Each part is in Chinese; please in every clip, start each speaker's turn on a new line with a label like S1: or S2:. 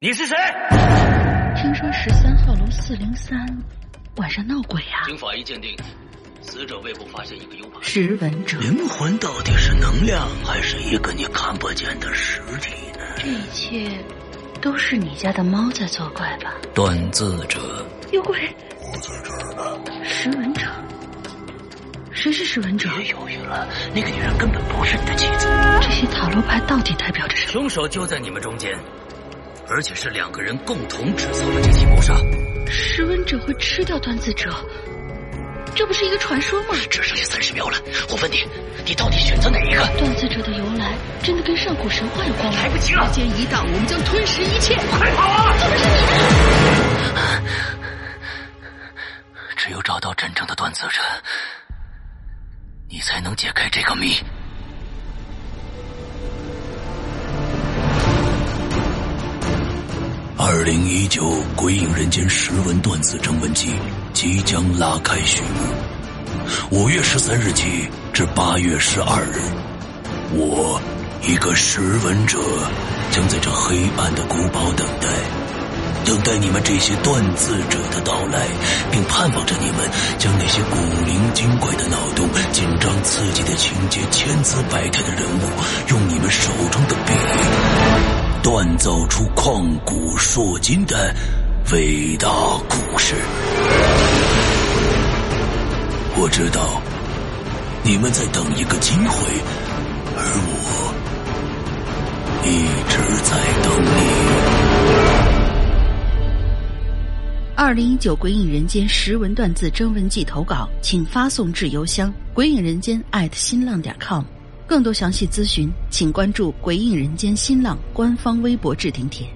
S1: 你是谁？
S2: 听说十三号楼四零三晚上闹鬼啊！
S3: 经法医鉴定，死者胃部发现一个 U 盘。
S2: 识文者，
S1: 灵魂到底是能量，还是一个你看不见的实体呢？
S2: 这一切都是你家的猫在作怪吧？
S1: 断字者，
S2: 有鬼！我在这儿呢。识文者，谁是识文者？
S1: 别犹豫了，那个女人根本不是你的妻子。
S2: 这些塔罗牌到底代表着什么？
S1: 凶手就在你们中间，而且是两个人共同制造了这起谋杀。
S2: 识文者会吃掉断字者，这不是一个传说吗？
S1: 只剩下三十秒了，我问你，你到底选择哪一个？
S2: 断字者的由来真的跟上古神话有关吗？
S1: 来不及了，
S4: 间一到，我们将吞噬一切。
S1: 快跑啊！只有找到真正的断字者，你才能解开这个谜。二零一九《鬼影人间》识文断字征文季即将拉开序幕，五月十三日起至八月十二日，我一个识文者将在这黑暗的古堡等待，等待你们这些断字者的到来，并盼望着你们将那些古灵精怪的脑洞、紧张刺激的情节、千姿百态的人物，用你们手中的笔。锻造出旷古烁今的伟大故事。我知道你们在等一个机会，而我一直在等你。
S2: 二零一九《鬼影人间》识文断字征文季投稿，请发送至邮箱“鬼影人间”@新浪点 com。更多详细咨询，请关注“鬼影人间”新浪官方微博置顶帖。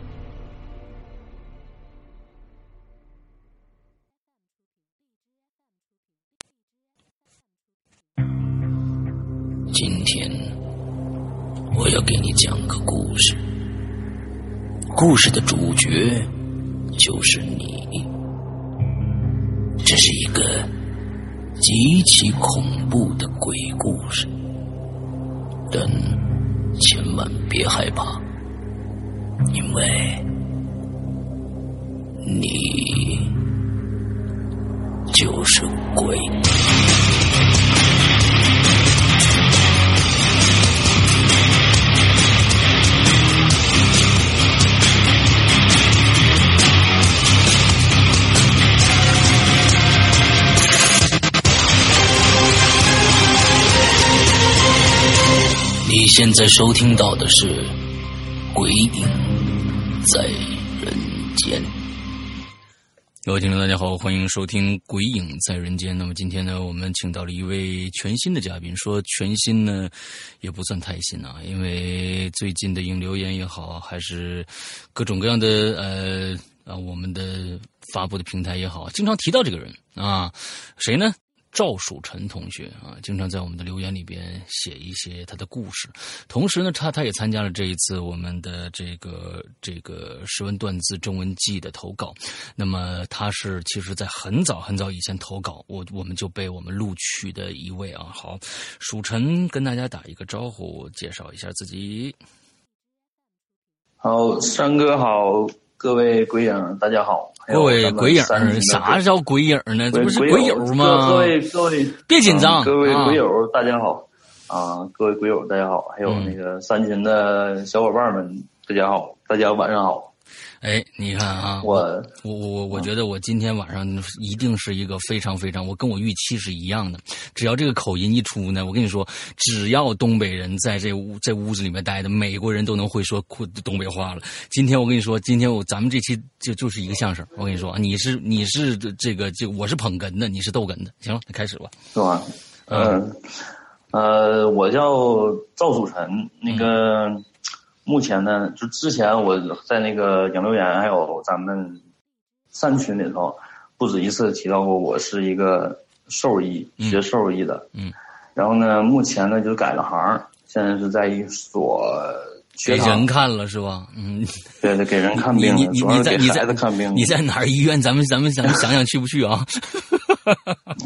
S3: 今天我要给你讲个故事，故事的主角就是你。这是一个极其恐怖的鬼故事，但千万别害怕，因为你就是鬼。你现在收听到的是《鬼影在人间》。各位听众，大家好，欢迎收听《鬼影在人间》。那么今天呢，我们请到了一位全新的嘉宾。说全新呢，也不算太新啊，因为最近的影留言也好，还是各种各样的呃啊，我们的发布的平台也好，经常提到这个人啊，谁呢？赵曙晨同学啊，经常在我们的留言里边写一些他的故事。同时呢，他他也参加了这一次我们的这个这个识文断字征文季的投稿。那么他是其实在很早很早以前投稿，我我们就被我们录取的一位啊。好，蜀晨跟大家打一个招呼，介绍一下自己。
S5: 好，山哥好，各位鬼影大家好，还有
S3: 各位
S5: 哎咱们
S3: 鬼影
S5: 三十
S3: 儿，
S5: 几个
S3: 啥叫鬼影儿呢？这
S5: 鬼
S3: 不是
S5: 鬼
S3: 鬼友
S5: 友
S3: 吗？
S5: 各位各位，
S3: 别紧张
S5: 嗯各位
S3: 啊
S5: 鬼友大家好啊，各位鬼友大家好，还有
S3: 嗯
S5: 那个三秦的小伙伴们大家好，大家晚上好，
S3: 哎，你看啊，
S5: 我
S3: 我我我
S5: 嗯
S3: 我觉得我今天晚上一定是一个非常非常，我跟我预期是一样的。只要这个口音一出呢，我跟你说，只要东北人在这屋在屋子里面待的，美国人都能会说库东北话了。今天我跟你说，今天我咱们这期就就是一个相声。我跟你说，啊你是你是这个这我是捧哏的，你是逗哏的。行了，开始吧。
S5: 是吧？嗯，呃，我叫赵曙晨，那个、
S3: 嗯
S5: 目前呢，就之前我在那个影留言还有咱们三群里头，不止一次提到过，我是一个兽医，
S3: 嗯
S5: 学兽医的。
S3: 嗯
S5: 然后呢，目前呢就改了行，现在是在一所
S3: 给
S5: 学
S3: 人
S5: 堂，
S3: 看了是吧？嗯，
S5: 对对，给人看
S3: 你
S5: 病
S3: 你
S5: 的，
S3: 你
S5: 主
S3: 你
S5: 要是
S3: 在
S5: 给
S3: 你在
S5: 孩子看病的。
S3: 你在哪儿医院？咱们咱们咱们想想去不去啊？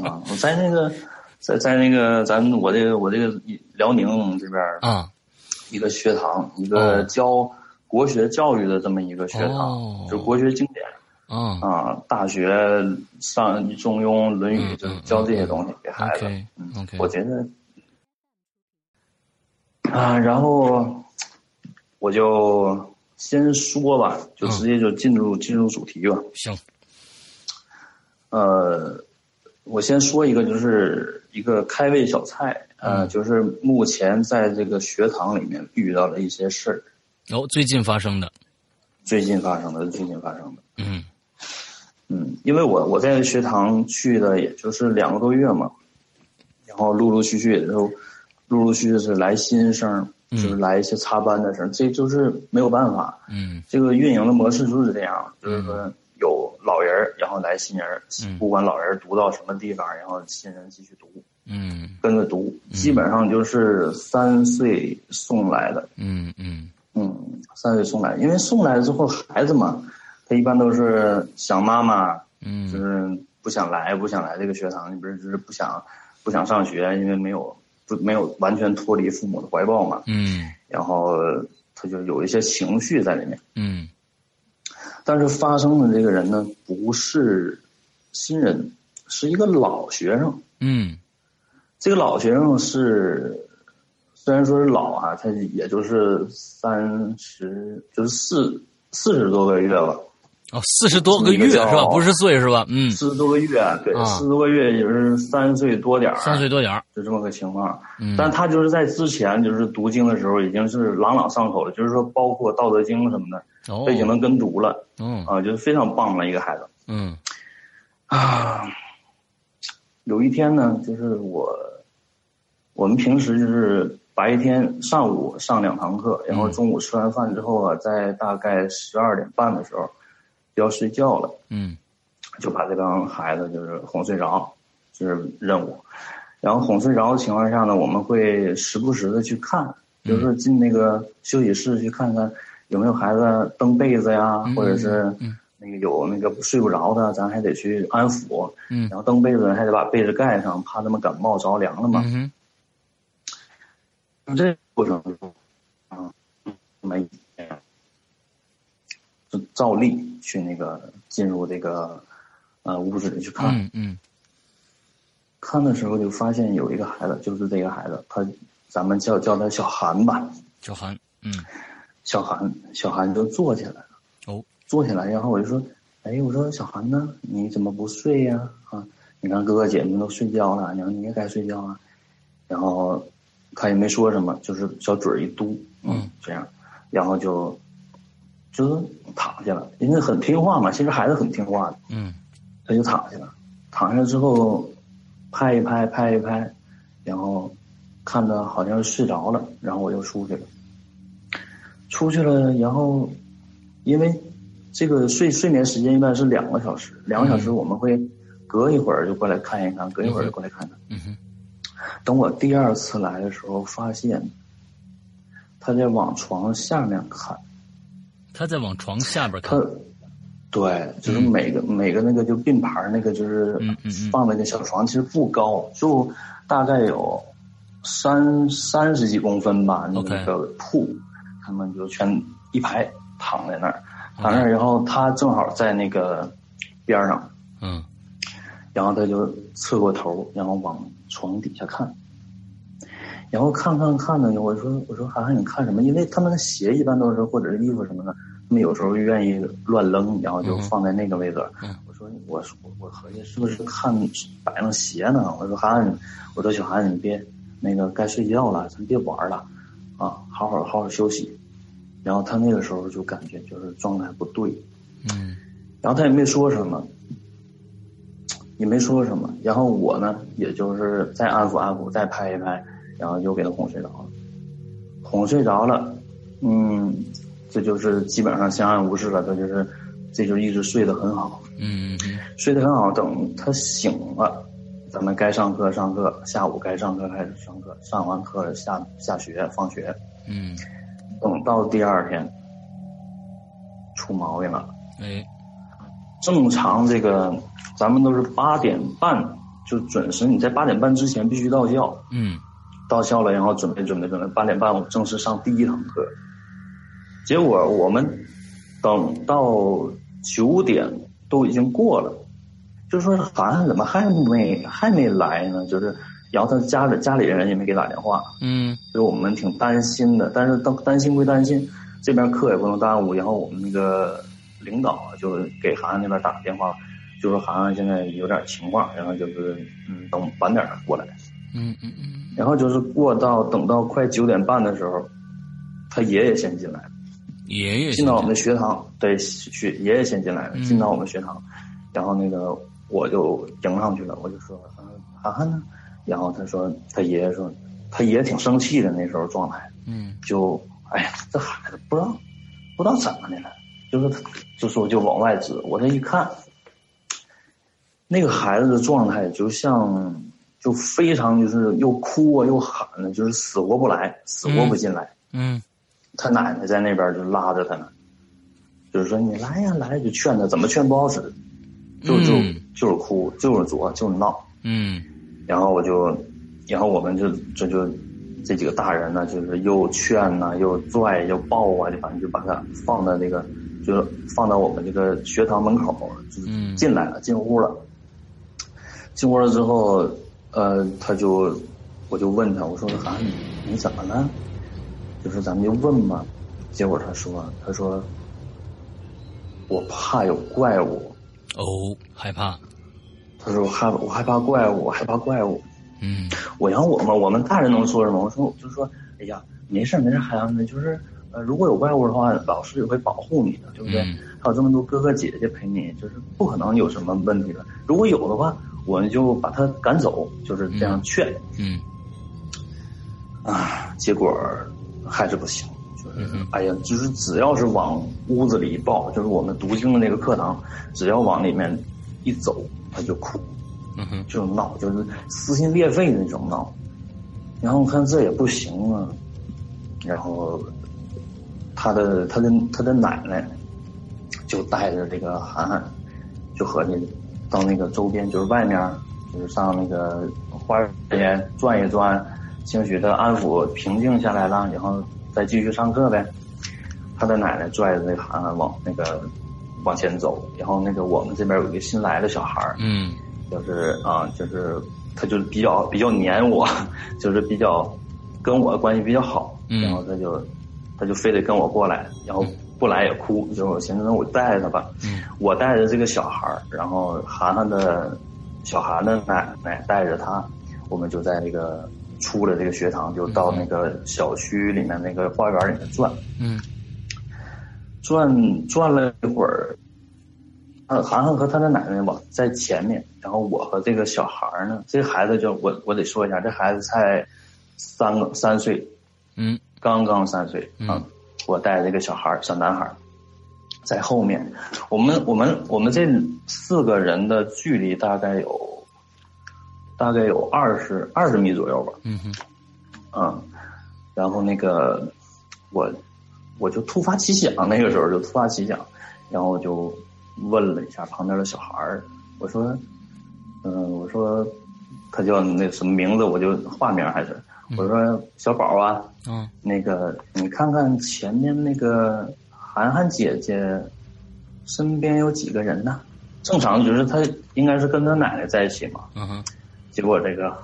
S5: 啊，我在那个，在在那个咱们我这个我这个辽宁这边儿
S3: 啊
S5: 一个学堂，一个教国学教育的这么一个学堂，
S3: 哦
S5: 就国学经典
S3: 啊
S5: 啊，大学上《中庸》《论语
S3: 嗯》
S5: 就是
S3: 嗯
S5: 教这
S3: 嗯
S5: 些
S3: 嗯
S5: 东西给孩子。
S3: ，OK
S5: 嗯
S3: OK，
S5: 我觉得啊，然后我就先说吧，就
S3: 嗯
S5: 直接就进入、进入主题吧。
S3: 行，
S5: 呃，我先说一个，就是一个开胃小菜，呃，
S3: 嗯
S5: 就是目前在这个学堂里面遇到的一些事儿，
S3: 然后哦最近发生的，
S5: 最近发生的，最近发生的。
S3: 嗯
S5: 嗯，因为我我在学堂去的也就是两个多月嘛，然后陆陆续续也就陆陆续续是来新生，
S3: 嗯
S5: 就是来一些插班的生，这就是没有办法，
S3: 嗯
S5: 这个运营的模式就是这样，就是说有老人儿，然后来新人儿，
S3: 嗯
S5: 不管老人儿读到什么地方，然后新人继续读，
S3: 嗯
S5: 跟着读，基本上就是三岁送来的，
S3: 嗯嗯
S5: 嗯，三岁送来，因为送来之后孩子嘛，他一般都是想妈妈。
S3: 嗯
S5: 就是不想来，不想来这个学堂，你不是就是不想不想上学，因为没有不没有完全脱离父母的怀抱嘛，
S3: 嗯
S5: 然后他就有一些情绪在里面。
S3: 嗯
S5: 但是发生的这个人呢，不是新人，是一个老学生。
S3: 嗯
S5: 这个老学生是虽然说是老啊，他也就是三十，就是四四十多个月吧，
S3: 哦，四十多个月是吧？不是岁是吧？嗯，
S5: 四十多个月，对，
S3: 啊
S5: 四十多个月也就是三岁多点儿，啊
S3: 三岁多点儿，
S5: 就这么个情况。
S3: 嗯
S5: 但他就是在之前就是读经的时候已经是朗朗上口了，就是说包括《道德经》什么的，
S3: 哦
S5: 他已经能跟读了
S3: 嗯
S5: 啊，就是非常棒的一个孩子
S3: 嗯
S5: 啊。有一天呢，就是我我们平时就是白天上午上两堂课，然后中午吃完饭之后啊，在大概十二点半的时候就要睡觉了。
S3: 嗯
S5: 就把这帮孩子就是哄睡着，这是任务。然后哄睡着的情况下呢，我们会时不时的去看，比如说
S3: 嗯
S5: 进那个休息室去看看有没有孩子蹬被子呀，
S3: 嗯
S5: 或者是
S3: 嗯
S5: 那个有那个睡不着的，咱还得去安抚。
S3: 嗯
S5: 然后蹬被子还得把被子盖上，怕他们感冒着凉了嘛。
S3: 嗯哼嗯
S5: 这个过程中，啊，没就照例去那个进入这个呃屋子里去看。
S3: 嗯嗯
S5: 看的时候就发现有一个孩子，就是这个孩子，他咱们叫叫他小韩吧，
S3: 小韩，嗯
S5: 小韩，小韩就坐起来了。
S3: 哦，
S5: 坐起来，然后我就说，哎，我说小韩呢，你怎么不睡呀、啊？你看哥哥姐姐们都睡觉了，然后你也该睡觉啊。然后他也没说什么，就是小嘴儿一嘟，
S3: 嗯，
S5: 这样，然后就就是躺下了，因为很听话嘛，其实孩子很听话的。
S3: 嗯
S5: 他就躺下了，躺下之后拍一拍，拍一拍，然后看着好像是睡着了，然后我就出去了。出去了，然后因为这个睡睡眠时间一般是两个小时，两个小
S3: 嗯
S5: 时我们会隔一会儿就过来看一看，隔一会儿就过来看看。
S3: 嗯哼
S5: 等我第二次来的时候，发现他在往床下面看，
S3: 他在往床下边看
S5: 他，对，就是每个、每个那个就并排儿那个就是
S3: 嗯嗯嗯
S5: 放那个小床，其实不高，就大概有三三十几公分吧，那
S3: OK
S5: 个铺他们就全一排躺在那儿，躺那儿，然后他正好在那个边儿上，
S3: 嗯
S5: 然后他就侧过头，然后往床底下看。然后看看看呢，我说我说涵涵你看什么？因为他们的鞋一般都是或者是衣服什么的，他们有时候愿意乱扔，然后就
S3: 嗯
S5: 放在那个位置。
S3: 嗯
S5: 我说我说我我合计是不是看摆弄鞋呢？我说涵涵，你我说小涵你别那个该睡觉了，咱别玩了啊，好好好好休息。然后他那个时候就感觉就是状态不对，
S3: 嗯
S5: 然后他也没说什么，也没说什么。然后我呢，也就是再安抚安抚，再拍一拍，然后又给他哄睡着了。哄睡着了，嗯，这就是基本上相安无事了。他就是，这就一直睡得很好，
S3: 嗯
S5: 睡得很好。等他醒了，咱们该上课上课，下午该上课开始上课，上完课了下下学放学，
S3: 嗯，
S5: 等到第二天出毛病了。
S3: 哎
S5: 正常这个咱们都是八点半就准时，你在八点半之前必须到校，
S3: 嗯
S5: 到校了然后准备准备准备，八点半我正式上第一堂课。结果我们等到九点都已经过了，就说涵涵怎么还没还没来呢？就是，然后他家里家里人也没给打电话，
S3: 嗯
S5: 所以我们挺担心的。但是担担心归担心，这边课也不能耽误。然后我们那个领导啊就给涵涵那边打个电话，就说涵涵现在有点情况，然后就是嗯等晚点儿过来。
S3: 嗯嗯嗯，
S5: 然后就是过到等到快九点半的时候，他爷爷先进来，
S3: 爷爷
S5: 进到我们的学堂，对学爷爷先进来了，
S3: 嗯
S5: 进到我们学堂，然后那个我就迎上去了，我就说，嗯，涵涵呢？然后他说，他爷爷说，他爷爷挺生气的那时候状态，
S3: 嗯
S5: 就哎呀，这孩子不知道不知道怎么的了，就是他就说就往外指，我这一看，那个孩子的状态就像就非常就是又哭啊又喊的，就是死活不来，死活不进来。
S3: 嗯
S5: 他奶奶在那边就拉着他呢，就是说你来呀来呀，就劝他，怎么劝不好使，就就
S3: 嗯
S5: 就是哭，就是作，就是闹。
S3: 嗯
S5: 然后我就，然后我们就这就这几个大人呢，就是又劝呐、又拽，又抱啊，就反正就把他放到那个，就是放到我们这个学堂门口，就是
S3: 嗯
S5: 进来了，进屋了。进屋了之后，呃，他就，我就问他，我说啊，你你怎么了？就是咱们就问嘛。结果他说，他说，我怕有怪物。
S3: 哦，害怕，
S5: 他说我害我害怕怪物，我害怕怪物。
S3: 嗯
S5: 我让我们我们大人能说什么？我说我就说，哎呀，没事儿没事儿，孩子们，就是呃，如果有外物的话，老师也会保护你的，对不对？
S3: 嗯
S5: 还有这么多哥哥姐姐陪你，就是不可能有什么问题的。如果有的话，我们就把他赶走，就是这样劝、
S3: 嗯
S5: 啊。结果还是不行，就是、
S3: 嗯哼
S5: 哎呀，就是只要是往屋子里一抱，就是我们读经的那个课堂，只要往里面一走，他就哭。
S3: 嗯哼
S5: 这种闹，就是撕心裂肺的那种闹。然后我看这也不行啊，然后他的他的他的奶奶就带着这个涵涵，就和那到那个周边，就是外面，就是上那个花园转一转，兴许他安抚平静下来了，然后再继续上课呗。他的奶奶拽着那个涵涵往那个往前走，然后那个我们这边有一个新来的小孩儿，
S3: 嗯
S5: 就是啊，就是他就是比较比较黏我， 就是比较跟我关系比较好，
S3: 嗯
S5: 然后他就他就非得跟我过来，然后不来也哭，就是我寻思那我带着他吧，
S3: 嗯
S5: 我带着这个小孩儿，然后涵涵的小涵的奶奶带着他，我们就在那个出了这个学堂，就到那个小区里面那个花园里面转，
S3: 嗯
S5: 转转了一会儿，呃，涵涵和他的奶奶往在前面，然后我和这个小孩儿呢，这孩子就我我得说一下，这孩子才三个三岁，
S3: 嗯
S5: 刚刚三岁
S3: 嗯
S5: 啊、我带这个小孩儿小男孩儿在后面，我们我们我们这四个人的距离大概有大概有二十二十米左右吧，
S3: 嗯哼
S5: 嗯，然后那个我我就突发奇想，那个时候就突发奇想，然后我就问了一下旁边的小孩儿，我说，嗯、我说他叫那什么名字，我就化名还是我说小宝啊，
S3: 哦
S5: 那个你看看前面那个涵涵姐姐身边有几个人呢？正常就是她应该是跟她奶奶在一起嘛，
S3: 嗯哼
S5: 结果这个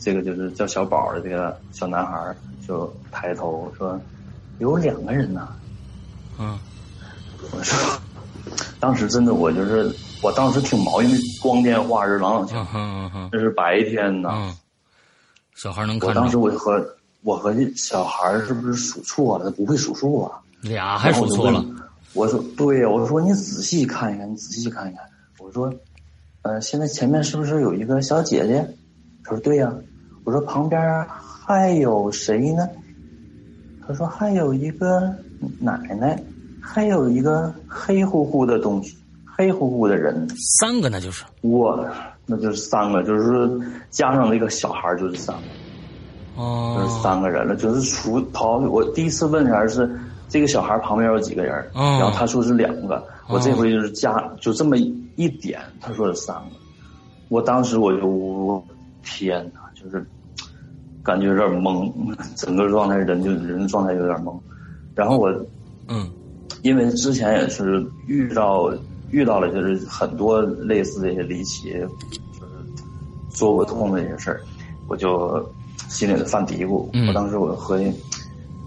S5: 这个就是叫小宝的这个小男孩儿就抬头说：“有两个人呢。
S3: 嗯”
S5: 我说，当时真的我就是，我当时挺毛，因为光天化日朗朗晴
S3: 嗯，哼嗯哼
S5: 这是白天呐。
S3: 嗯，小孩能
S5: 啊我
S3: 看
S5: 当时
S3: 着
S5: 我就和我和这小孩儿是不是数错了？他不会数数啊？
S3: 俩还数错了，。
S5: 我说对呀，我说你仔细看一看，你仔细看一看。我说，呃，现在前面是不是有一个小姐姐？他说对呀、我说旁边还有谁呢？他说还有一个奶奶，还有一个黑乎乎的东西，黑乎乎的人。
S3: 三个那就是
S5: 哇，那就是三个，就是说加上那个小孩儿就是三个。
S3: 哦
S5: 就是三个人了，就是除刨。我第一次问的还是这个小孩旁边有几个人，
S3: 嗯
S5: 然后他说是两个，我
S3: 嗯
S5: 这回就是加就这么一点，他说是三个，我当时我就我天哪，就是感觉有点懵，整个状态人就人的状态有点懵，然后我
S3: 嗯
S5: 因为之前也是遇到遇到了就是很多类似这些离奇，就是说不通的这些事儿，我就心里犯嘀咕。
S3: 嗯
S5: 我当时我就合计，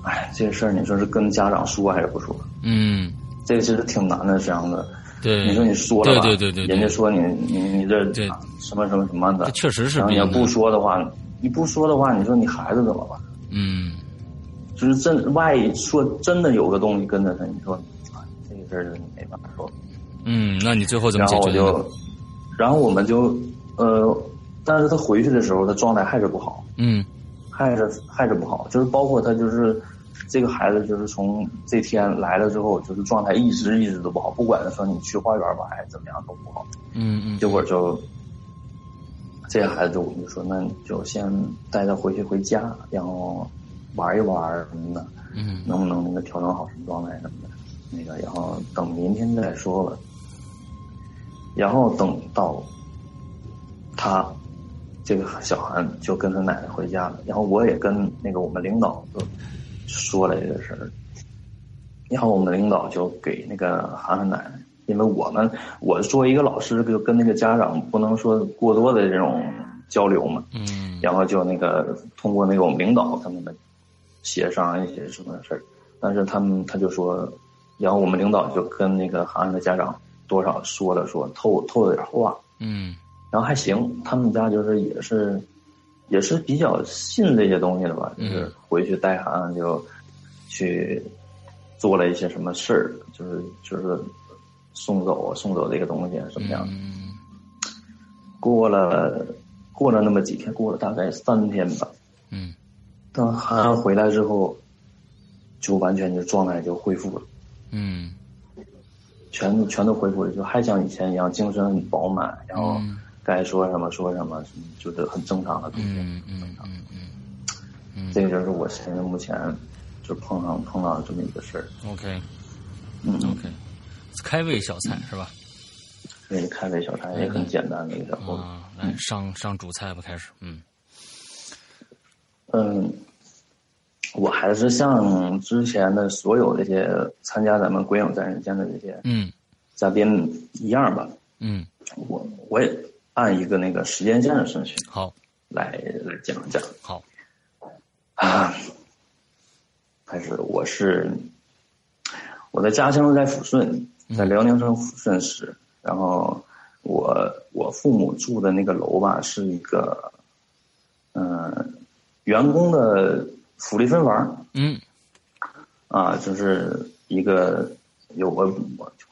S5: 哎，这事儿你说是跟家长说还是不说？
S3: 嗯，
S5: 这个其实挺难的，这样的。
S3: 对，
S5: 你说你说了吧，
S3: 对对对对对
S5: 人家说你你你这
S3: 对
S5: 什么什么什么的
S3: 这，确实是
S5: 然后
S3: 比
S5: 你要
S3: 较
S5: 不
S3: 难
S5: 说的话，你不说的话，你说你孩子怎么办？
S3: 嗯
S5: 就是真万一说真的有个东西跟着他，你说哎这个事儿你没办法说。
S3: 嗯，那你最后怎么
S5: 然
S3: 解
S5: 后我
S3: 决的呢？
S5: 就，然后我们就呃，但是他回去的时候，他状态还是不好，
S3: 嗯
S5: 还是还是不好，就是包括他就是这个孩子，就是从这天来了之后，就是状态一直一直都不好，不管说你去花园吧，还是怎么样都不好。
S3: 嗯嗯，
S5: 结果就这个孩子，我们就说那你就先带他回去回家，然后玩一玩什么的，
S3: 嗯
S5: 能不能那个调整好什么状态什么的，那个然后等明天再说吧。然后等到他这个小韩就跟他奶奶回家了，然后我也跟那个我们领导就说了这个事儿，然后我们领导就给那个韩寒奶奶，因为我们我作为一个老师，就跟那个家长不能说过多的这种交流嘛，
S3: 嗯
S5: 然后就那个通过那种领导他们的协商一些什么事儿，但是他们他就说，然后我们领导就跟那个韩寒的家长多少说了说透透了点话，
S3: 嗯
S5: 然后还行，他们家就是也是也是比较信这些东西的吧，就
S3: 嗯
S5: 是回去带孩子就去做了一些什么事儿，就是就是送走啊送走这个东西啊什么样的。
S3: 嗯
S5: 过了过了那么几天，过了大概三天吧，
S3: 嗯
S5: 等韩寒回来之后，就完全就状态就恢复了。
S3: 嗯，
S5: 全全都恢复了，就还像以前一样，精神很饱满，然后
S3: 嗯
S5: 该说什么说什么，就是很正常的东西。
S3: 嗯嗯嗯嗯
S5: 这个就是我现在目前就碰上碰到的这么一个事儿。
S3: ，OK
S5: 嗯，
S3: OK，开胃小菜是吧？
S5: 那个开胃小菜也很简单的一个小菜。
S3: 啊，来上上主菜吧，开始。嗯
S5: 嗯，我还是像之前的所有这些参加咱们《鬼影在人间》的这些
S3: 嗯
S5: 嘉宾一样吧，
S3: 嗯，
S5: 我我也按一个那个时间线的顺序
S3: 好
S5: 来来讲一讲
S3: 好，
S5: 啊。开始我是我的家乡是在抚顺，在辽宁省抚顺市。然后我我父母住的那个楼吧，是一个嗯、呃员工的福利分房
S3: 嗯
S5: 啊，就是一个有个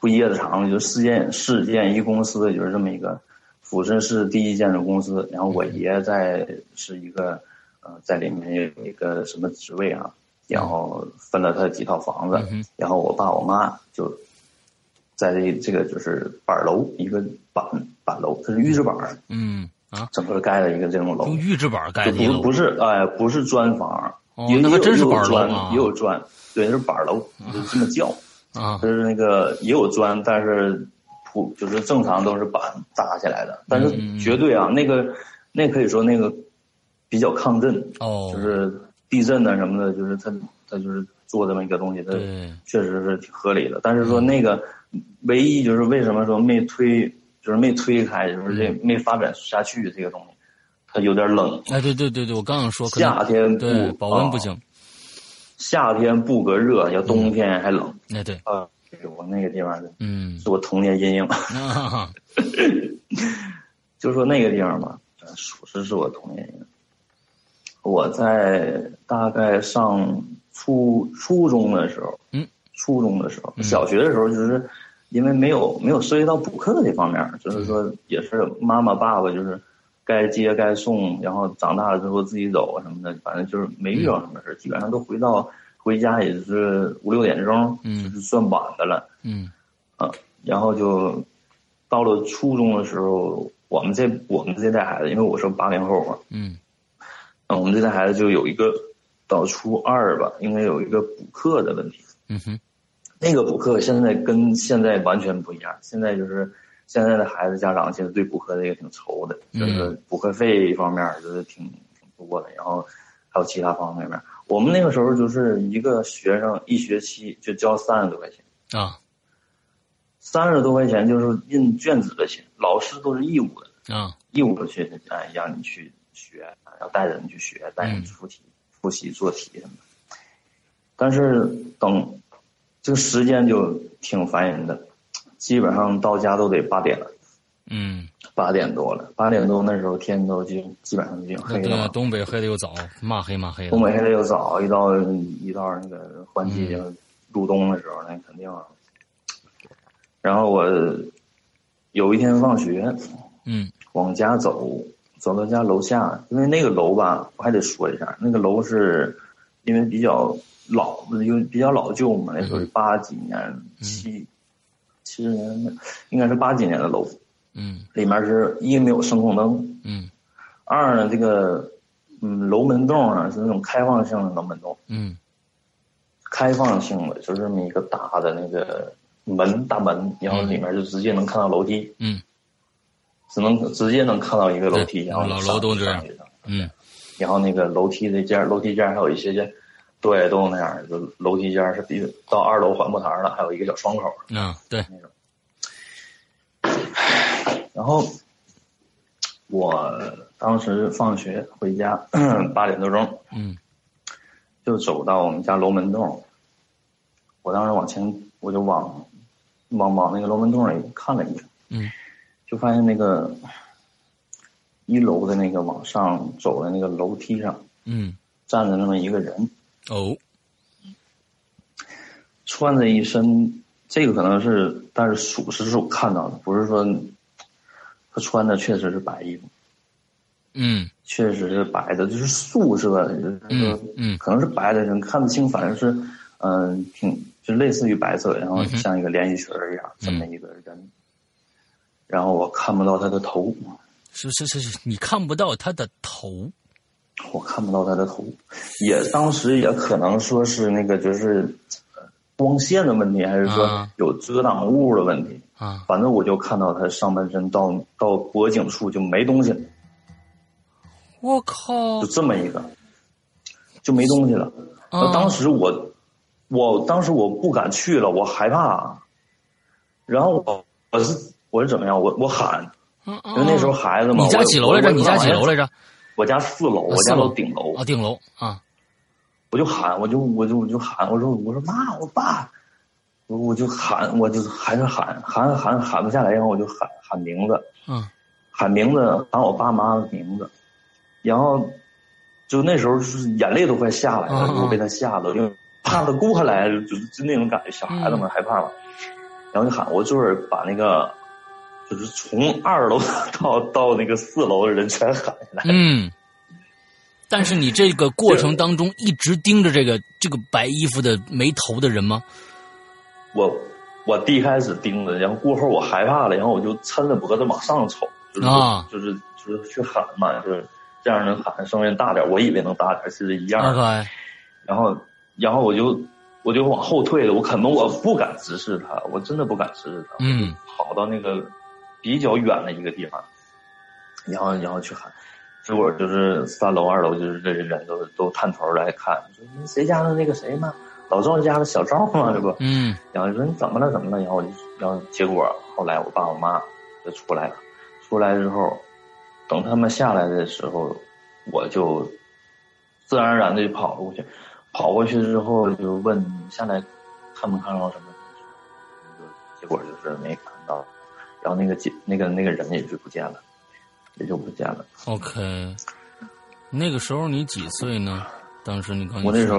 S5: 不掖的厂子，就是市建市建一公司，就是这么一个抚顺市第一建筑公司。然后
S3: 嗯
S5: 我爷在是一个呃，在里面有一个什么职位啊，然后分了他几套房子，
S3: 嗯嗯哼
S5: 然后我爸我妈就在这这个就是板楼一个板板楼，它是预制板儿，
S3: 嗯啊，
S5: 整个盖的一个这种楼，
S3: 用预制板盖
S5: 就
S3: 的一
S5: 不
S3: 楼
S5: 不。是哎、不是砖房，
S3: 哦
S5: 也
S3: 那还
S5: 也有
S3: 真是
S5: 也有
S3: 板楼
S5: 砖
S3: 啊
S5: 也有砖，对，是板楼，就这么叫，
S3: 啊
S5: 就，是那个也有砖，但是普就是正常都是板搭起来的，但
S3: 嗯嗯嗯
S5: 是绝对啊，那个那可以说那个比较抗震，
S3: 哦，
S5: 就是地震啊呐什么的，就是它它就是做这么一个东西，它
S3: 对，嗯
S5: 确实是挺合理的。但是说那个唯一就是为什么说没推，就是没推开，就是这
S3: 嗯
S5: 没发展下去这个东西，它有点冷，
S3: 哎，对对对对，我刚想说，可能
S5: 夏天
S3: 对
S5: 不
S3: 保温不
S5: 啊
S3: 行，
S5: 夏天不隔热，要冬天还冷。
S3: 哎对，
S5: 啊，我那个地方
S3: 嗯，
S5: 是我童年阴影，
S3: 啊
S5: 就说那个地方吧，呃属实是我童年阴影。我在大概上初初中的时候，
S3: 嗯，
S5: 初中的时候，小学的时候就是因为没有没有涉及到补课这方面儿，就是
S3: 嗯
S5: 说也是妈妈爸爸就是该接该送，然后长大了之后自己走什么的，反正就是没遇到什么事儿，基本上都回到回家也是五六点钟，
S3: 嗯
S5: 就是算晚的了。
S3: 嗯
S5: 啊，然后就到了初中的时候，我们这我们这代孩子，因为我是八零后嘛，
S3: 嗯
S5: 嗯，我们这代孩子就有一个到初二吧，应该有一个补课的问题。
S3: 嗯哼，
S5: 那个补课现在跟现在完全不一样，现在就是现在的孩子家长其实对补课这个挺愁的，就是补课费方面就是挺挺多的，然后还有其他方面面。我们那个时候就是一个学生一学期就交三十多块钱，
S3: 啊
S5: 三十多块钱就是印卷子的钱，老师都是义务的，
S3: 啊
S5: 义务的去哎让你去学，然后带着你去学，带
S3: 嗯
S5: 你出题、复习、做题什么的。但是等这个时间就挺烦人的，基本上到家都得八点了，
S3: 嗯，
S5: 八点多了，八点多那时候天都就基本上就已经
S3: 那
S5: 黑
S3: 对
S5: 了。
S3: 东北黑的又早，骂黑骂黑的
S5: 东，北黑的又早，一到一到那个换季入冬的时候，那肯定啊。然后我有一天放学，
S3: 嗯
S5: 往家走，走到家楼下，因为那个楼吧，我还得说一下，那个楼是因为比较老，因为比较老旧嘛，
S3: 嗯
S5: 那时候是八几年、七七十年代，应该是八几年的楼，
S3: 嗯
S5: 里面是一没有声控灯，
S3: 嗯
S5: 二呢这个嗯楼门洞啊是那种开放性的楼门洞，
S3: 嗯
S5: 开放性的就是这么一个大的那个门大门，然后里面就直接能看到楼梯，
S3: 嗯
S5: 只能直接能看到一个楼
S3: 对
S5: 梯，然后
S3: 嗯老
S5: 上
S3: 楼都这样
S5: 上去的
S3: 嗯
S5: 然后那个楼梯的间儿，楼梯间儿还有一些些，对，都那样，就楼梯间儿是比到二楼缓步台儿了，还有一个小窗口儿。
S3: 嗯啊对，
S5: 然后我当时放学回家 八点多钟，
S3: 嗯
S5: 就走到我们家楼门洞，我当时往前，我就往往往那个楼门洞里看了一眼，
S3: 嗯
S5: 就发现那个一楼的那个往上走的那个楼梯上
S3: 嗯
S5: 站着那么一个人，
S3: 哦
S5: 穿着一身，这个可能是，但是属实是我看到的，不是说他穿的确实是白衣服，
S3: 嗯
S5: 确实是白的，就是素色的，就是说
S3: 嗯嗯
S5: 可能是白的，人看不清，反正是嗯、呃挺就类似于白色，然后
S3: 嗯哼嗯
S5: 像一个连衣裙儿一样这么一个人，然后我看不到他的头，
S3: 是是是是，你看不到他的头，
S5: 我看不到他的头，也当时也可能说是那个就是呃光线的问题，还是说
S3: 啊
S5: 有遮挡物的问题。
S3: 啊
S5: 反正我就看到他上半身到到脖颈处就没东西了，
S3: 我靠
S5: 就这么一个，就没东西了。
S3: 啊
S5: 当时我，我当时我不敢去了，我害怕。然后我我是我是怎么样？我我喊，
S3: 嗯
S5: 因
S3: 啊
S5: 为那时候孩子嘛。
S3: 你家
S5: 我
S3: 几楼来着？
S5: 我也
S3: 你
S5: 不知道
S3: 家几楼来着？
S5: 我家四楼，我
S3: 四
S5: 家
S3: 楼
S5: 楼顶楼
S3: 啊，，顶楼啊，
S5: 我就喊，我就我就我就喊，我说我说妈，我爸，我我就喊，我就还是喊喊喊喊不下来，然后我就喊喊名字，
S3: 嗯
S5: 喊名字，喊我爸妈的名字，然后就那时候就是眼泪都快下来了，
S3: 嗯嗯
S5: 我被他吓的，因为怕他哭下来，就就那种感觉，小孩
S3: 嗯
S5: 子嘛害怕嘛，然后就喊我就是把那个就是从二楼 到到那个四楼的人全喊下来，
S3: 嗯。但是你这个过程当中一直盯着这个这个白衣服的没头的人吗？
S5: 我我第一开始盯着，然后过后我害怕了，然后我就抻着脖子往上瞅，就是、
S3: 啊嗯
S5: 就是就是去喊嘛，就是这样能喊声音大点，我以为能大点，其实一样。
S3: 二哥，
S5: 然后，然后我就我就往后退了，我可能我不敢直视他，我真的不敢直视他，
S3: 嗯
S5: 跑到那个比较远的一个地方，然后然后去喊，结果就是三楼二楼就是这些人都都探头来看，说你谁家的那个谁嘛，老赵家的小赵嘛，这不，
S3: 嗯
S5: 然后说你怎么了怎么了，然后我就然后结果后来我爸我妈就出来了，出来之后，等他们下来的时候，我就自然而然的就跑了过去，跑过去之后就问你下来看没看到什么，结果就是没看到，然后那个姐那个那个人也就不见了，也就不见了。
S3: ，OK。那个时候你几岁呢？当时你刚
S5: 我那时，候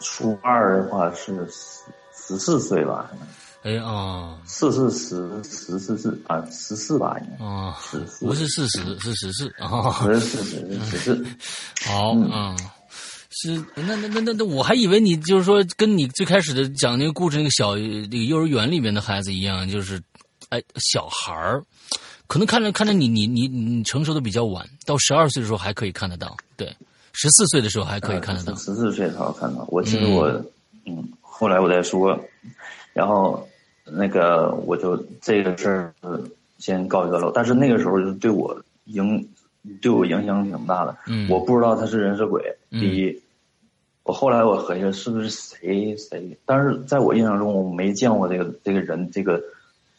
S5: 初二的话是十十四岁吧，
S3: 哎啊
S5: 四四十十四四啊十四吧应该。
S3: 啊，
S5: 十四
S3: 不是事实，是实事啊。
S5: 不是事实，只是
S3: 好，嗯，是那那那那那，我还以为你就是说跟你最开始的讲那个故事那个小那个幼儿园里面的孩子一样，就是哎小孩儿，可能看着看着你你你你成熟的比较晚，到十二岁的时候还可以看得到，对，十四岁的时候还 可以看得到，
S5: 十啊四岁才好看到。我其实我，嗯后来我再说，然后那个我就这个事儿呃先告一段落。但是那个时候就对我影对我影响挺大的。
S3: 嗯
S5: 我不知道他是人是鬼，
S3: 嗯
S5: 第一，我后来我合计是不是谁谁，但是在我印象中我没见过这个这个人这个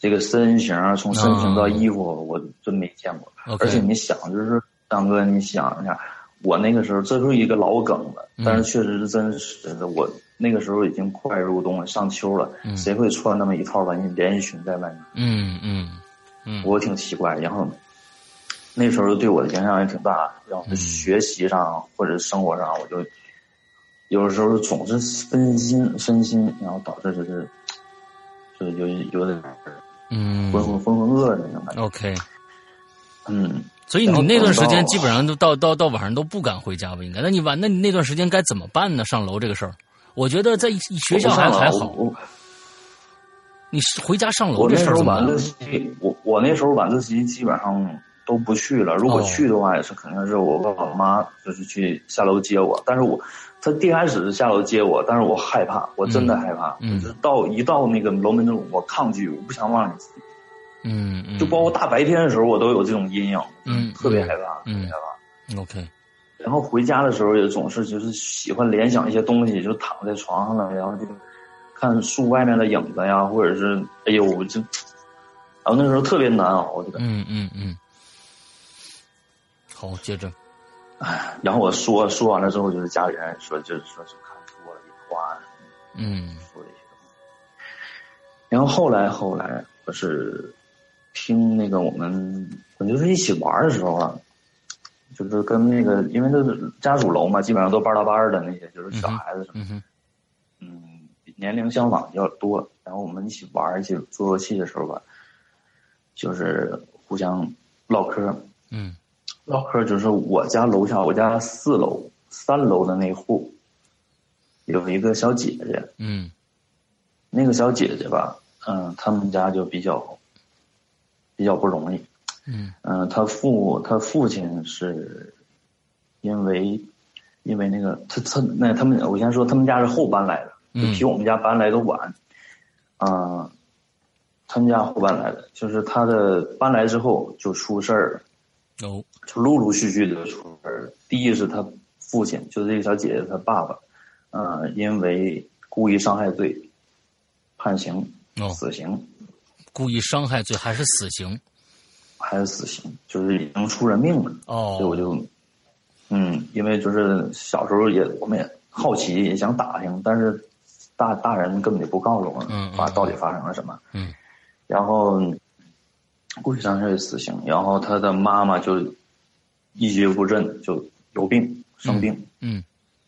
S5: 这个身形啊，从身形
S3: 哦
S5: 到衣服，我真没见过。
S3: OK
S5: 呃而且你想，就是张哥，你想一下，我那个时候这是一个老梗了，
S3: 嗯
S5: 但是确实是真实的。我那个时候已经快入冬了，上秋了，
S3: 嗯
S5: 谁会穿那么一套连衣连衣裙在外面？
S3: 嗯嗯嗯，
S5: 我挺奇怪。然后那时候对我的影响也挺大，
S3: 嗯
S5: 然后学习上或者生活上，我就有时候总是分心分心，然后导致就是就是有有点
S3: 嗯哦
S5: 浑浑浑浑噩的那种感觉。
S3: OK，
S5: 嗯，
S3: 所以你那段时间基本上都到到到晚上都不敢回家吧？应该？那你晚那你那段时间该怎么办呢？上楼这个事儿，我觉得在学校
S5: 我不
S3: 还
S5: 上了
S3: 还
S5: 我
S3: 好，
S5: 我
S3: 你是回家上楼
S5: 我
S3: 这
S5: 那
S3: 事
S5: 时
S3: 儿
S5: 候
S3: 怎么
S5: 晚
S3: 办
S5: 自？习，我我那时候晚自习基本上都不去了。如果
S3: 哦
S5: 去的话，也是肯定是我爸爸妈妈就是去下楼接我。但是我他第开始是下楼接我，但是我害怕，我真的害怕。
S3: 嗯嗯
S5: 就是到一到那个楼门那种，我抗拒，我不想往里进。
S3: 嗯嗯，
S5: 就包括大白天的时候，我都有这种阴影，
S3: 嗯
S5: 特别害怕，
S3: 嗯
S5: 特别害怕。
S3: OK，
S5: 然后回家的时候也总是就是喜欢联想一些东西，就躺在床上了，然后就看树外面的影子呀，或者是哎呦，我就，然后那时候特别难熬，这个。
S3: 嗯嗯嗯，好，接着，
S5: 然后我说说完了之后，就是家里人说就是说是看啊错了，眼花了，
S3: 嗯
S5: 说了一些东西。然后后来后来我是听那个我们我就是一起玩的时候啊，就是跟那个因为都是家属楼嘛，基本上都班大班的那些就是小孩子什么的。
S3: 嗯哼
S5: 嗯，年龄相仿比较多，然后我们一起玩儿、一起做游戏的时候吧，就是互相唠嗑儿。
S3: 嗯
S5: 唠嗑儿就是我家楼下，我家四楼三楼的那户有一个小姐姐，
S3: 嗯
S5: 那个小姐姐吧，嗯、他们家就比较比较不容易，
S3: 嗯
S5: 嗯、他父他父亲是因为因为那个他他那他们我先说他们家是后搬来的，就
S3: 嗯
S5: 比我们家搬来的晚，嗯、他们家后搬来的，就是他的搬来之后就出事儿了，
S3: 哦
S5: 就陆陆续续的出事儿了。第一是他父亲，就是这个小姐姐她爸爸，呃，因为故意伤害罪判刑，
S3: 哦，
S5: 死刑。
S3: 故意伤害罪还是死刑？
S5: 还是死刑，就是已经出人命了。
S3: 哦
S5: 所以我就，嗯，因为就是小时候也我们也好奇，也想打听，但是大大人根本就不告诉我
S3: 嗯
S5: 们
S3: 嗯
S5: 发到底发生了什么。
S3: 嗯
S5: 然后故意伤害罪死刑，然后他的妈妈就一蹶不振，就有病生病，
S3: 嗯，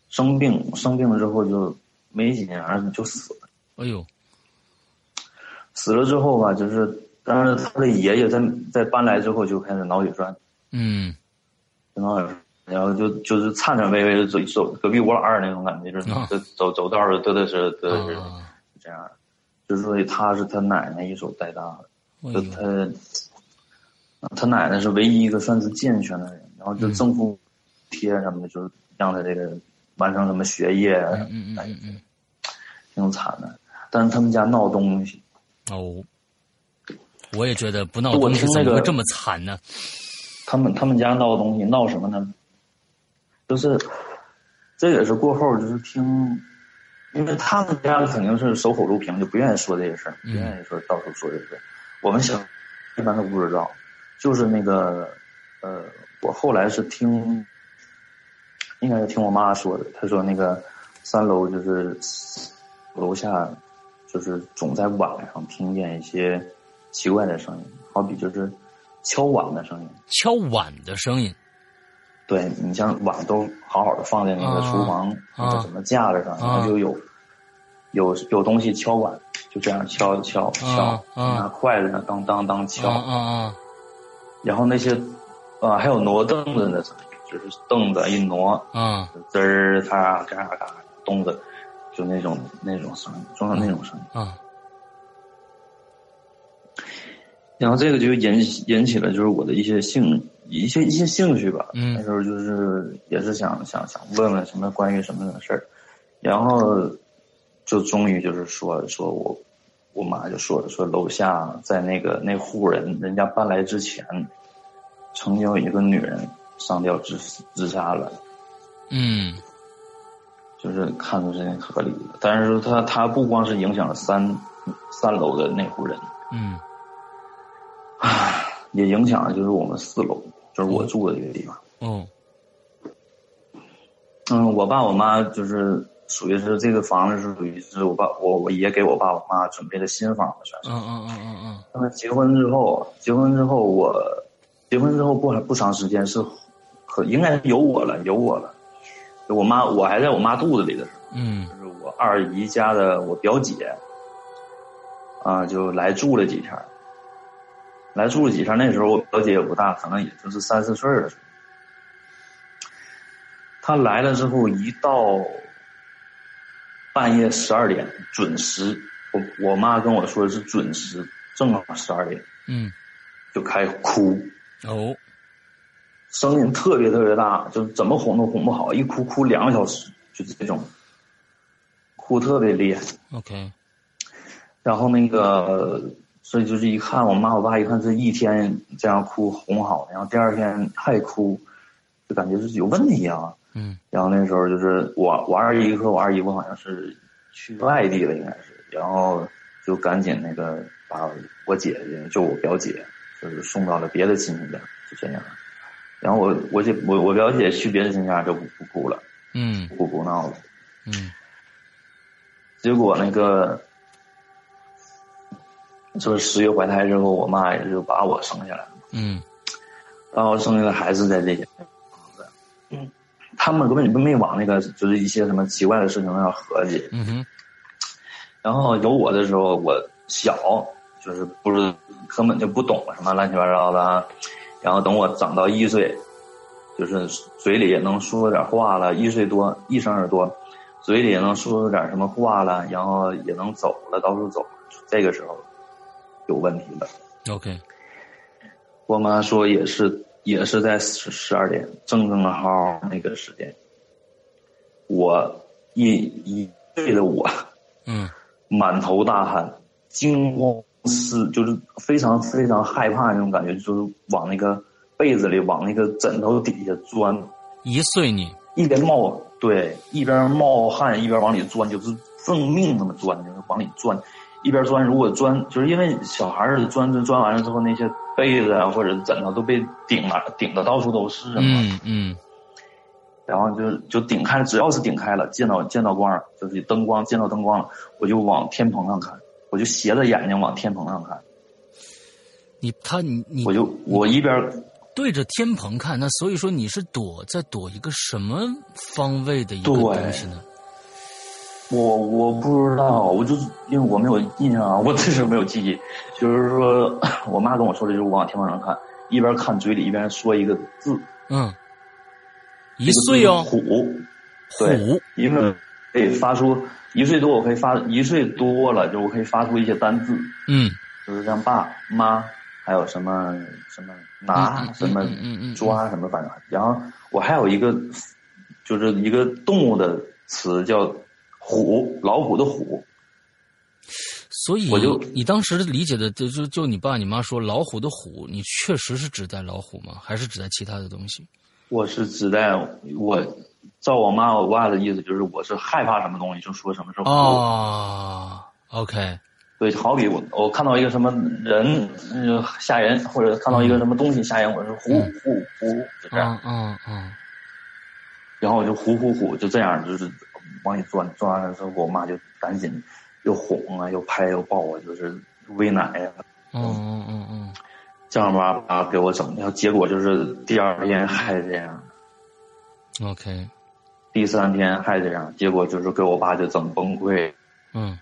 S5: 生病生病了之后就没几年就死了。
S3: 哎呦，
S5: 死了之后吧，就是但是他的爷爷在在搬来之后就开始脑血栓。
S3: 嗯
S5: 然后然后就就是颤颤巍巍的走走隔壁吴老二那种感觉，就是
S3: 啊
S5: 走走走道儿都得是都得是
S3: 啊，
S5: 这样的，就是所以他是他奶奶一手带大的，
S3: 哎
S5: 就
S3: 呦，
S5: 他他奶奶是唯一一个算是健全的人，然后
S3: 嗯
S5: 就政府贴什么的，就是让他这个完成什么学业啊，
S3: 嗯嗯嗯嗯嗯，
S5: 挺惨的。但是他们家闹东西，
S3: 哦，我也觉得不闹
S5: 我
S3: 东西
S5: 听那
S3: 怎么会
S5: 个
S3: 这么惨呢？
S5: 他们他们家闹东西闹什么呢？就是这也是过后就是听，因为他们家肯定是守口如瓶，就不愿意说这些事儿，不
S3: 嗯
S5: 愿意说到处说这些事儿。我们小一般都不知道，就是那个呃，我后来是听，应该是听我妈说的，她说那个三楼就是楼下，就是总在晚上听见一些奇怪的声音，好比就是敲碗的声音。
S3: 敲碗的声音
S5: 对你像碗都好好的放在那个厨房
S3: 啊
S5: 那个什么架子上，然后就有有有东西敲碗，就这样敲敲敲，
S3: 啊
S5: 拿筷子呢当当当
S3: 啊
S5: 敲，
S3: 啊啊！
S5: 然后那些啊还有挪凳子的声音，就是凳子一挪，
S3: 啊
S5: 滋儿咔嘎嘎动子，就那种那种声音，总有那种声音。
S3: 啊
S5: 然后这个就引起引起了就是我的一些兴一些一些兴趣吧。
S3: 嗯
S5: 那时候就是也是想想想问问什么关于什么的事儿，然后就终于就是说说我我妈就说说楼下在那个那户人人家搬来之前，曾经有一个女人上吊自自杀了。
S3: 嗯
S5: 就是看着是合理的。但是他他不光是影响了三三楼的那户人，
S3: 嗯，
S5: 也影响了就是我们四楼，就是我住的这个地方。
S3: 哦，
S5: 嗯，我爸我妈就是属于是这个房子是属于是我爸我我爷给我爸我妈准备的新房子，算是。
S3: 嗯嗯嗯嗯嗯，
S5: 他们结婚之后，结婚之后我结婚之后不不长时间是可应该是有我了，有我了。我妈我还在我妈肚子里的时候，
S3: 嗯
S5: 就是我二姨家的我表姐啊，就来住了几天儿。来住了几天儿，那时候我表姐也不大，可能也就是三四岁儿的时候。她来了之后，一到半夜十二点准时，我我妈跟我说是准时，正好十二点
S3: 嗯，
S5: 就开始哭，
S3: 哦，
S5: 声音特别特别大，就是怎么哄都哄不好，一哭哭两个小时，就是这种，哭特别厉害。
S3: OK，
S5: 然后那个，所以就是一看我妈我爸一看这一天这样哭哄好，然后第二天还哭，就感觉是有问题啊。
S3: 嗯
S5: 然后那时候就是我我二姨和我二姨夫好像是去外地了，应该是，然后就赶紧那个把我姐姐就我表姐就是送到了别的亲戚家，就这样。然后我我姐我我表姐去别的亲戚家就不不哭了，
S3: 嗯
S5: 不哭闹了。
S3: 嗯
S5: 结果那个就是十月怀胎之后，我妈也就把我生下来了，
S3: 嗯
S5: 然后生下来还是在这家房子。嗯，他们根本就没往那个就是一些什么奇怪的事情上合计。
S3: 嗯哼，
S5: 然后有我的时候，我小就是不是根本就不懂什么乱七八糟的啊。然后等我长到一岁，就是嘴里也能说点话了，一岁多一生耳朵，嘴里也能说出点什么话了，然后也能走了，到处走。这个时候有问题了。
S3: ，OK，
S5: 我妈说也是，也是在十十二点正正好好那个时间，我一一岁的我。
S3: 嗯
S5: 满头大汗，惊慌失，就是非常非常害怕那种感觉，就是往那个被子里，往那个枕头底下钻，
S3: 一岁你，
S5: 一边冒对，一边冒汗，一边往里钻，就是挣命那么钻，就是往里钻，一边钻。如果钻，就是因为小孩儿钻钻钻完了之后，那些被子啊或者枕头都被顶了，顶的到处都是嘛。
S3: 嗯嗯
S5: 然后就就顶开，只要是顶开了，见到见到光了，就是灯光见到灯光了，我就往天棚上看，我就斜着眼睛往天棚上看，
S3: 你他你你
S5: 我就我一边
S3: 对着天棚看，那所以说你是躲在躲一个什么方位的一个东西呢？
S5: 我我不知道，我就是因为我没有印象啊，我确实没有记忆，就是说 我妈跟我说的，就是我往天棚上看，一边看嘴里一边说一个字，
S3: 嗯，一岁哦，嗯
S5: 这个字虎，对
S3: 虎，
S5: 因为可以发出一岁多，我可以发一岁多了，就我可以发出一些单字，
S3: 嗯，
S5: 就是像爸妈，还有什么什么拿、
S3: 嗯嗯
S5: 什么
S3: 嗯嗯嗯嗯
S5: 抓什么，反正。然后我还有一个，就是一个动物的词叫虎，老虎的虎。
S3: 所以
S5: 我就
S3: 你当时理解的就就就你爸你妈说老虎的虎，你确实是指代老虎吗？还是指代其他的东西？
S5: 我是指代我，照我妈我爸的意思就是我是害怕什么东西就说什么是虎。
S3: 哦，OK，
S5: 对，好比我我看到一个什么人、呃、吓人，或者看到一个什么东西吓人，我是虎虎虎就这样。
S3: 嗯嗯嗯
S5: 然后我就呼呼呼，就这样就是往里钻，钻完了之后，我妈就赶紧又哄啊，又拍又抱啊，就是喂奶啊呀、
S3: 嗯嗯嗯嗯，
S5: 这样吧把给我整。然后结果就是第二天还这样，
S3: 嗯，OK，
S5: 第三天还这样，结果就是给我爸就整崩溃。
S3: 嗯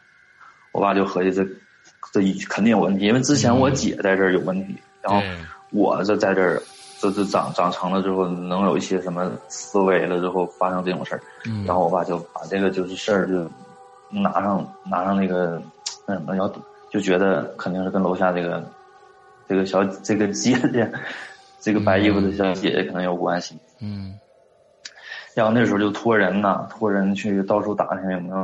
S5: 我爸就合计这这一肯定有问题，因为之前我姐在这儿有问题，然后
S3: 对
S5: 我这在这儿。就是长长成了之后，能有一些什么思维了之后发生这种事儿，
S3: 嗯，
S5: 然后我爸就把这个就是事儿就拿上拿上那个那什么，然后就觉得肯定是跟楼下这个这个小这个姐姐，这个白衣服的小姐姐可能有关系。
S3: 嗯
S5: 然后那时候就托人呐、托人去到处打听有没有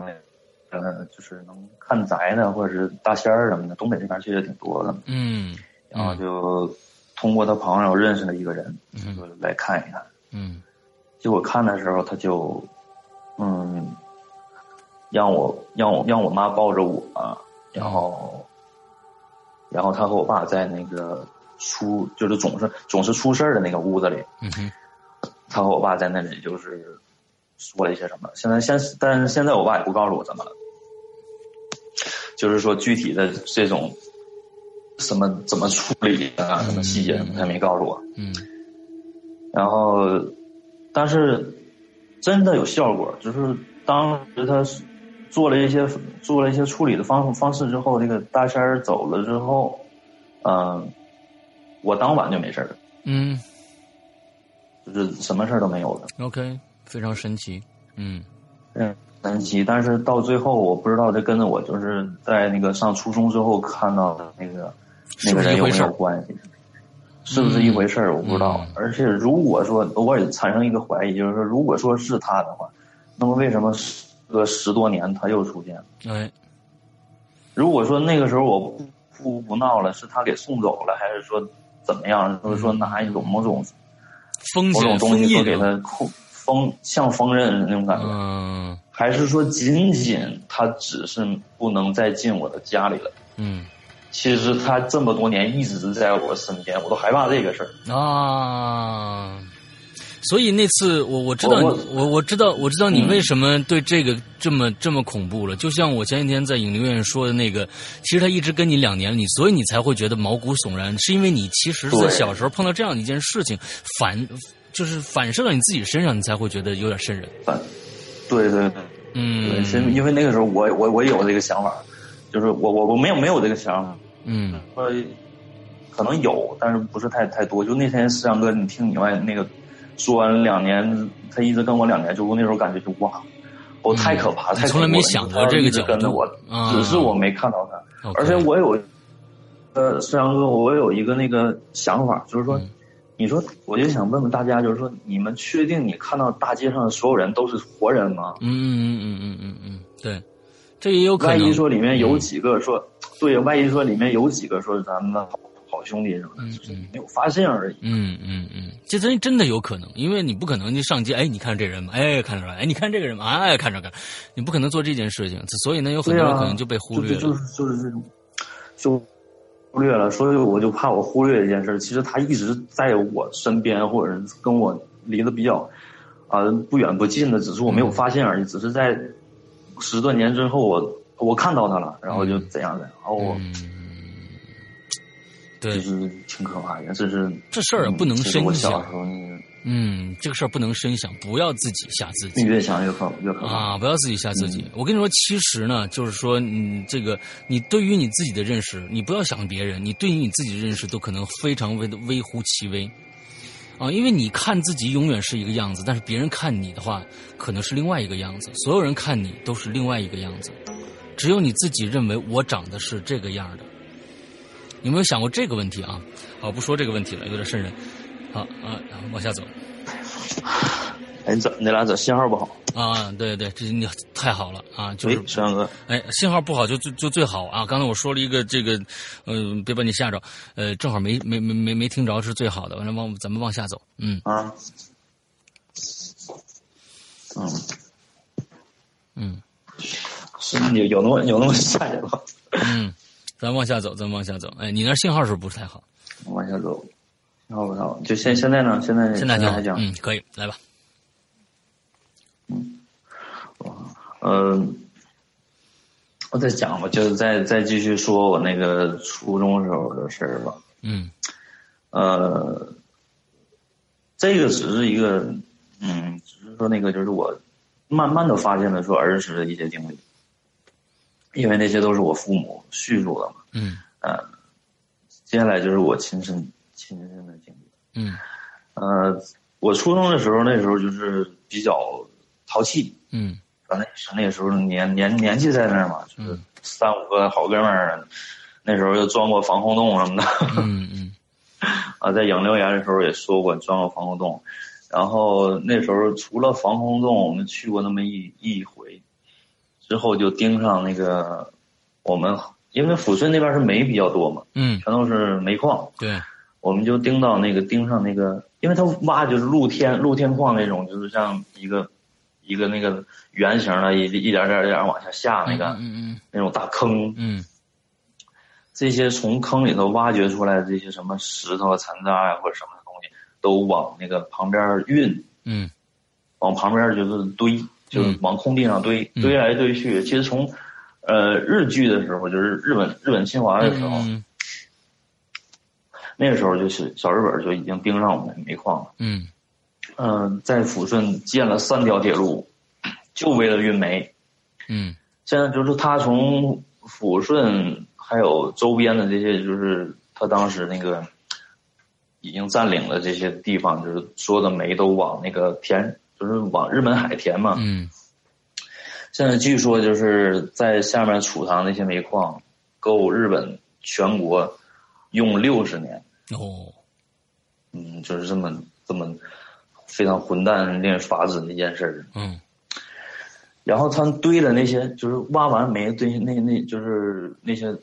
S5: 那个呃，就是能看宅的或者是大仙儿什么的，东北这边确实挺多的。
S3: 嗯
S5: 然后就通过他朋友认识了一个人，
S3: 嗯
S5: 就来看一看。
S3: 嗯
S5: 结果看的时候，他就，嗯，让我让我让我妈抱着我，啊然后然后他和我爸在那个出就是总是总是出事儿的那个屋子里，
S3: 嗯哼，
S5: 他和我爸在那里就是说了一些什么。现在现但是现在我爸也不告诉我怎么了，就是说具体的这种什么怎么处理啊，什么细节什么他没告诉我。
S3: 嗯
S5: 然后，但是真的有效果，就是当时他做了一些做了一些处理的方方式之后，这个大仙儿走了之后，嗯、我当晚就没事儿了，
S3: 嗯
S5: 就是什么事儿都没有了，
S3: ，OK，非常神奇，嗯
S5: 嗯，神奇。但是到最后，我不知道这跟着我就是在那个上初中之后看到的那个
S3: 是
S5: 那
S3: 不
S5: 个
S3: 是一
S5: 人有
S3: 回
S5: 没
S3: 事儿
S5: 有关系，是不是一回事儿，我不知道。
S3: 嗯
S5: 而且如果说我也产生一个怀疑，就是说，如果说是他的话，那么为什么时隔十多年他又出现了？
S3: 哎
S5: 如果说那个时候我不不不闹了，是他给送走了，还是说怎么样？就是说拿一种某种
S3: 封
S5: 某种
S3: 神嗯
S5: 东
S3: 封
S5: 西说
S3: 印
S5: 给他控封，像封刃那种感觉，
S3: 嗯
S5: 还是说仅仅他只是不能再进我的家里了？
S3: 嗯
S5: 其实他这么多年一直在我身边，我都害怕这个事儿。
S3: 啊。所以那次我我知道
S5: 我
S3: 你我我知道我知道你
S5: 嗯
S3: 为什么对这个这么、这么恐怖了，就像我前几天在影留院说的那个，其实他一直跟你两年了，你所以你才会觉得毛骨悚然，是因为你其实在
S5: 对
S3: 小时候碰到这样一件事情，反就是反射到你自己身上，你才会觉得有点瘆人。
S5: 反对对对，
S3: 嗯，
S5: 是因为那个时候我我我有这个想法，就是我我我没有没有这个想法，
S3: 嗯
S5: 呃，可能有，但是不是太太多。就那天思阳哥，你听你外那个说完两年，他一直跟我两年，就我那时候感觉就哇，我、太可怕，
S3: 嗯
S5: 太
S3: 从来没想过这个角
S5: 就
S3: 度
S5: 跟着我，
S3: 啊
S5: 只是我没看到他，
S3: ，OK，
S5: 而且我有，呃，思阳哥，我有一个那个想法，就是说。
S3: 嗯
S5: 你说，我就想问问大家，就是说，你们确定你看到大街上的所有人都是活人吗？
S3: 嗯嗯嗯嗯嗯嗯，对，这也有可能。
S5: 万一说里面有
S3: 嗯
S5: 几个说，对，万一说里面有几个说咱们好好兄弟什么的，
S3: 嗯
S5: 就是
S3: 嗯
S5: 没有发现而已。
S3: 嗯嗯嗯，这真真的有可能，因为你不可能就上街，哎，你看这人吧，哎，看着吧，哎，你看这个人吧，哎，看着看，你不可能做这件事情，所以呢，有很
S5: 对
S3: 多人
S5: 啊，
S3: 可能就被忽略
S5: 就就
S3: 了。
S5: 是就是这种，就忽略了，所以我就怕我忽略这件事儿。其实他一直在我身边，或者是跟我离得比较啊、不远不近的，只是我没
S3: 嗯
S5: 有发现而已。只是在十多年之后，我我看到他了，然后就
S3: 嗯
S5: 怎样怎样，然后我
S3: 嗯，
S5: 就
S3: 对，
S5: 是挺可怕的，这是
S3: 这事儿不能
S5: 这是我
S3: 深
S5: 小
S3: 想
S5: 时，候那个
S3: 嗯，这个事儿不能深想，不要自己吓自己。
S5: 越想越可越可怕。
S3: 啊，不要自己吓自己。我跟你说，其实呢，就是说，你这个，你对于你自己的认识，你不要想别人，你对于你自己的认识都可能非常微的微乎其微，啊，因为你看自己永远是一个样子，但是别人看你的话，可能是另外一个样子。所有人看你都是另外一个样子，只有你自己认为我长得是这个样儿的。有没有想过这个问题啊？好，不说这个问题了，有点瘆人。好啊，往下走。
S5: 哎，你咋你俩咋信号不好？
S3: 啊，对对，这你太好了啊！就
S5: 喂
S3: 是，
S5: 石阳哥，
S3: 哎，信号不好就就就最好啊！刚才我说了一个这个，嗯、别把你吓着，呃，正好没没没没没听着是最好的。完了往咱们往下走，嗯
S5: 啊，嗯，
S3: 嗯
S5: 是 有有那么有那么吓人吗？
S3: 嗯，咱往下走，咱往下走。哎，你那信号是不是太好？
S5: 我 往下走，然后我操，就现现在呢？现在
S3: 现在挺
S5: 现
S3: 好
S5: 还，讲，
S3: 嗯，可以，来吧，
S5: 嗯，我再讲吧，就是再再继续说我那个初中时候的事儿吧。
S3: 嗯
S5: 呃，这个只是一个，嗯，只是说那个，就是我慢慢的发现了说儿时的一些经历，因为那些都是我父母叙述的嘛。
S3: 嗯
S5: 呃，接下来就是我亲身亲身的经历。
S3: 嗯
S5: 呃，我初中的时候，那时候就是比较淘气，
S3: 嗯
S5: 咱那是那时候年年年纪在那儿嘛，就是
S3: 嗯
S5: 三五个好哥们儿，那时候就钻过防空洞什么的。
S3: 嗯嗯
S5: 啊，在养留言的时候也说过钻过防空洞，然后那时候除了防空洞，我们去过那么一一回，之后就盯上那个我们，因为抚顺那边是煤比较多嘛，
S3: 嗯，
S5: 全都是煤矿，
S3: 对，
S5: 我们就盯到那个盯上那个，因为他挖就是露天露天矿那种，就是像一个一个那个圆形的，一一点点一点往下下那个、
S3: 嗯
S5: 那种大坑
S3: 嗯，嗯
S5: 这些从坑里头挖掘出来的这些什么石头啊、残渣呀、或者什么东西，都往那个旁边运，
S3: 嗯
S5: 往旁边就是堆，就是往空地上堆，
S3: 嗯
S5: 堆来堆去。其实从呃日剧的时候，就是日本日本侵华的时候，
S3: 嗯
S5: 那个时候就是小日本就已经盯上我们煤矿了。
S3: 嗯
S5: 嗯、在抚顺建了三条铁路，就为了运煤。
S3: 嗯
S5: 现在就是他从抚顺还有周边的这些，就是他当时那个已经占领了这些地方，就是所有的煤都往那个填，就是往日本海填嘛。
S3: 嗯
S5: 现在据说就是在下面储藏那些煤矿，够日本全国用六十年。
S3: 哦
S5: 嗯，就是这么这么非常混蛋、令人发指的一件事儿。
S3: 嗯
S5: 然后他们堆的那些，就是挖完煤堆那那，就是那些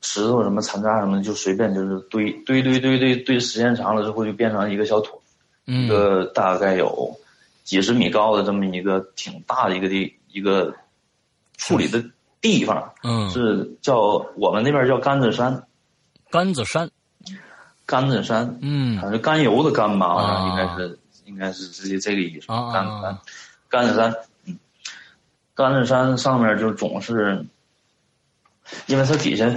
S5: 石头什么残渣什么的，就随便就是堆堆堆堆堆堆，时间长了之后就变成一个小土，
S3: 嗯
S5: 一个大概有几十米高的这么一个挺大的一个地一个处理的地方，
S3: 嗯
S5: 是叫我们那边叫甘子山，
S3: 甘子山
S5: 甘子山，
S3: 嗯
S5: 反正甘油的甘吧，好像
S3: 啊
S5: 应该是应该是这这个意思，
S3: 啊
S5: 甘
S3: 啊
S5: 子山
S3: 啊，
S5: 甘子山，嗯，甘子山上面就总是，因为它底下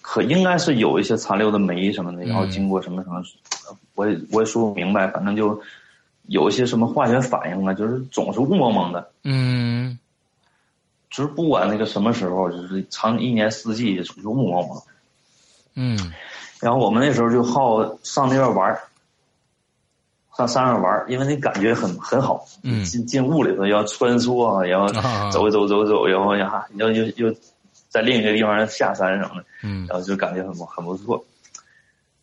S5: 可应该是有一些残留的煤什么
S3: 嗯
S5: 的，然后经过什么什么，我也我也说不明白，反正就有一些什么化学反应啊，就是总是雾蒙蒙的，
S3: 嗯
S5: 就是不管那个什么时候，就是长一年四季总是雾蒙蒙。
S3: 嗯
S5: 然后我们那时候就好上那边玩儿上山上玩儿因为那感觉很很好。
S3: 嗯
S5: 进进屋里头要穿梭啊，然后
S3: 啊
S5: 走一走走一走，然后呀，然后又又在另一个地方下山什么的，
S3: 嗯
S5: 然后就感觉很不很不错。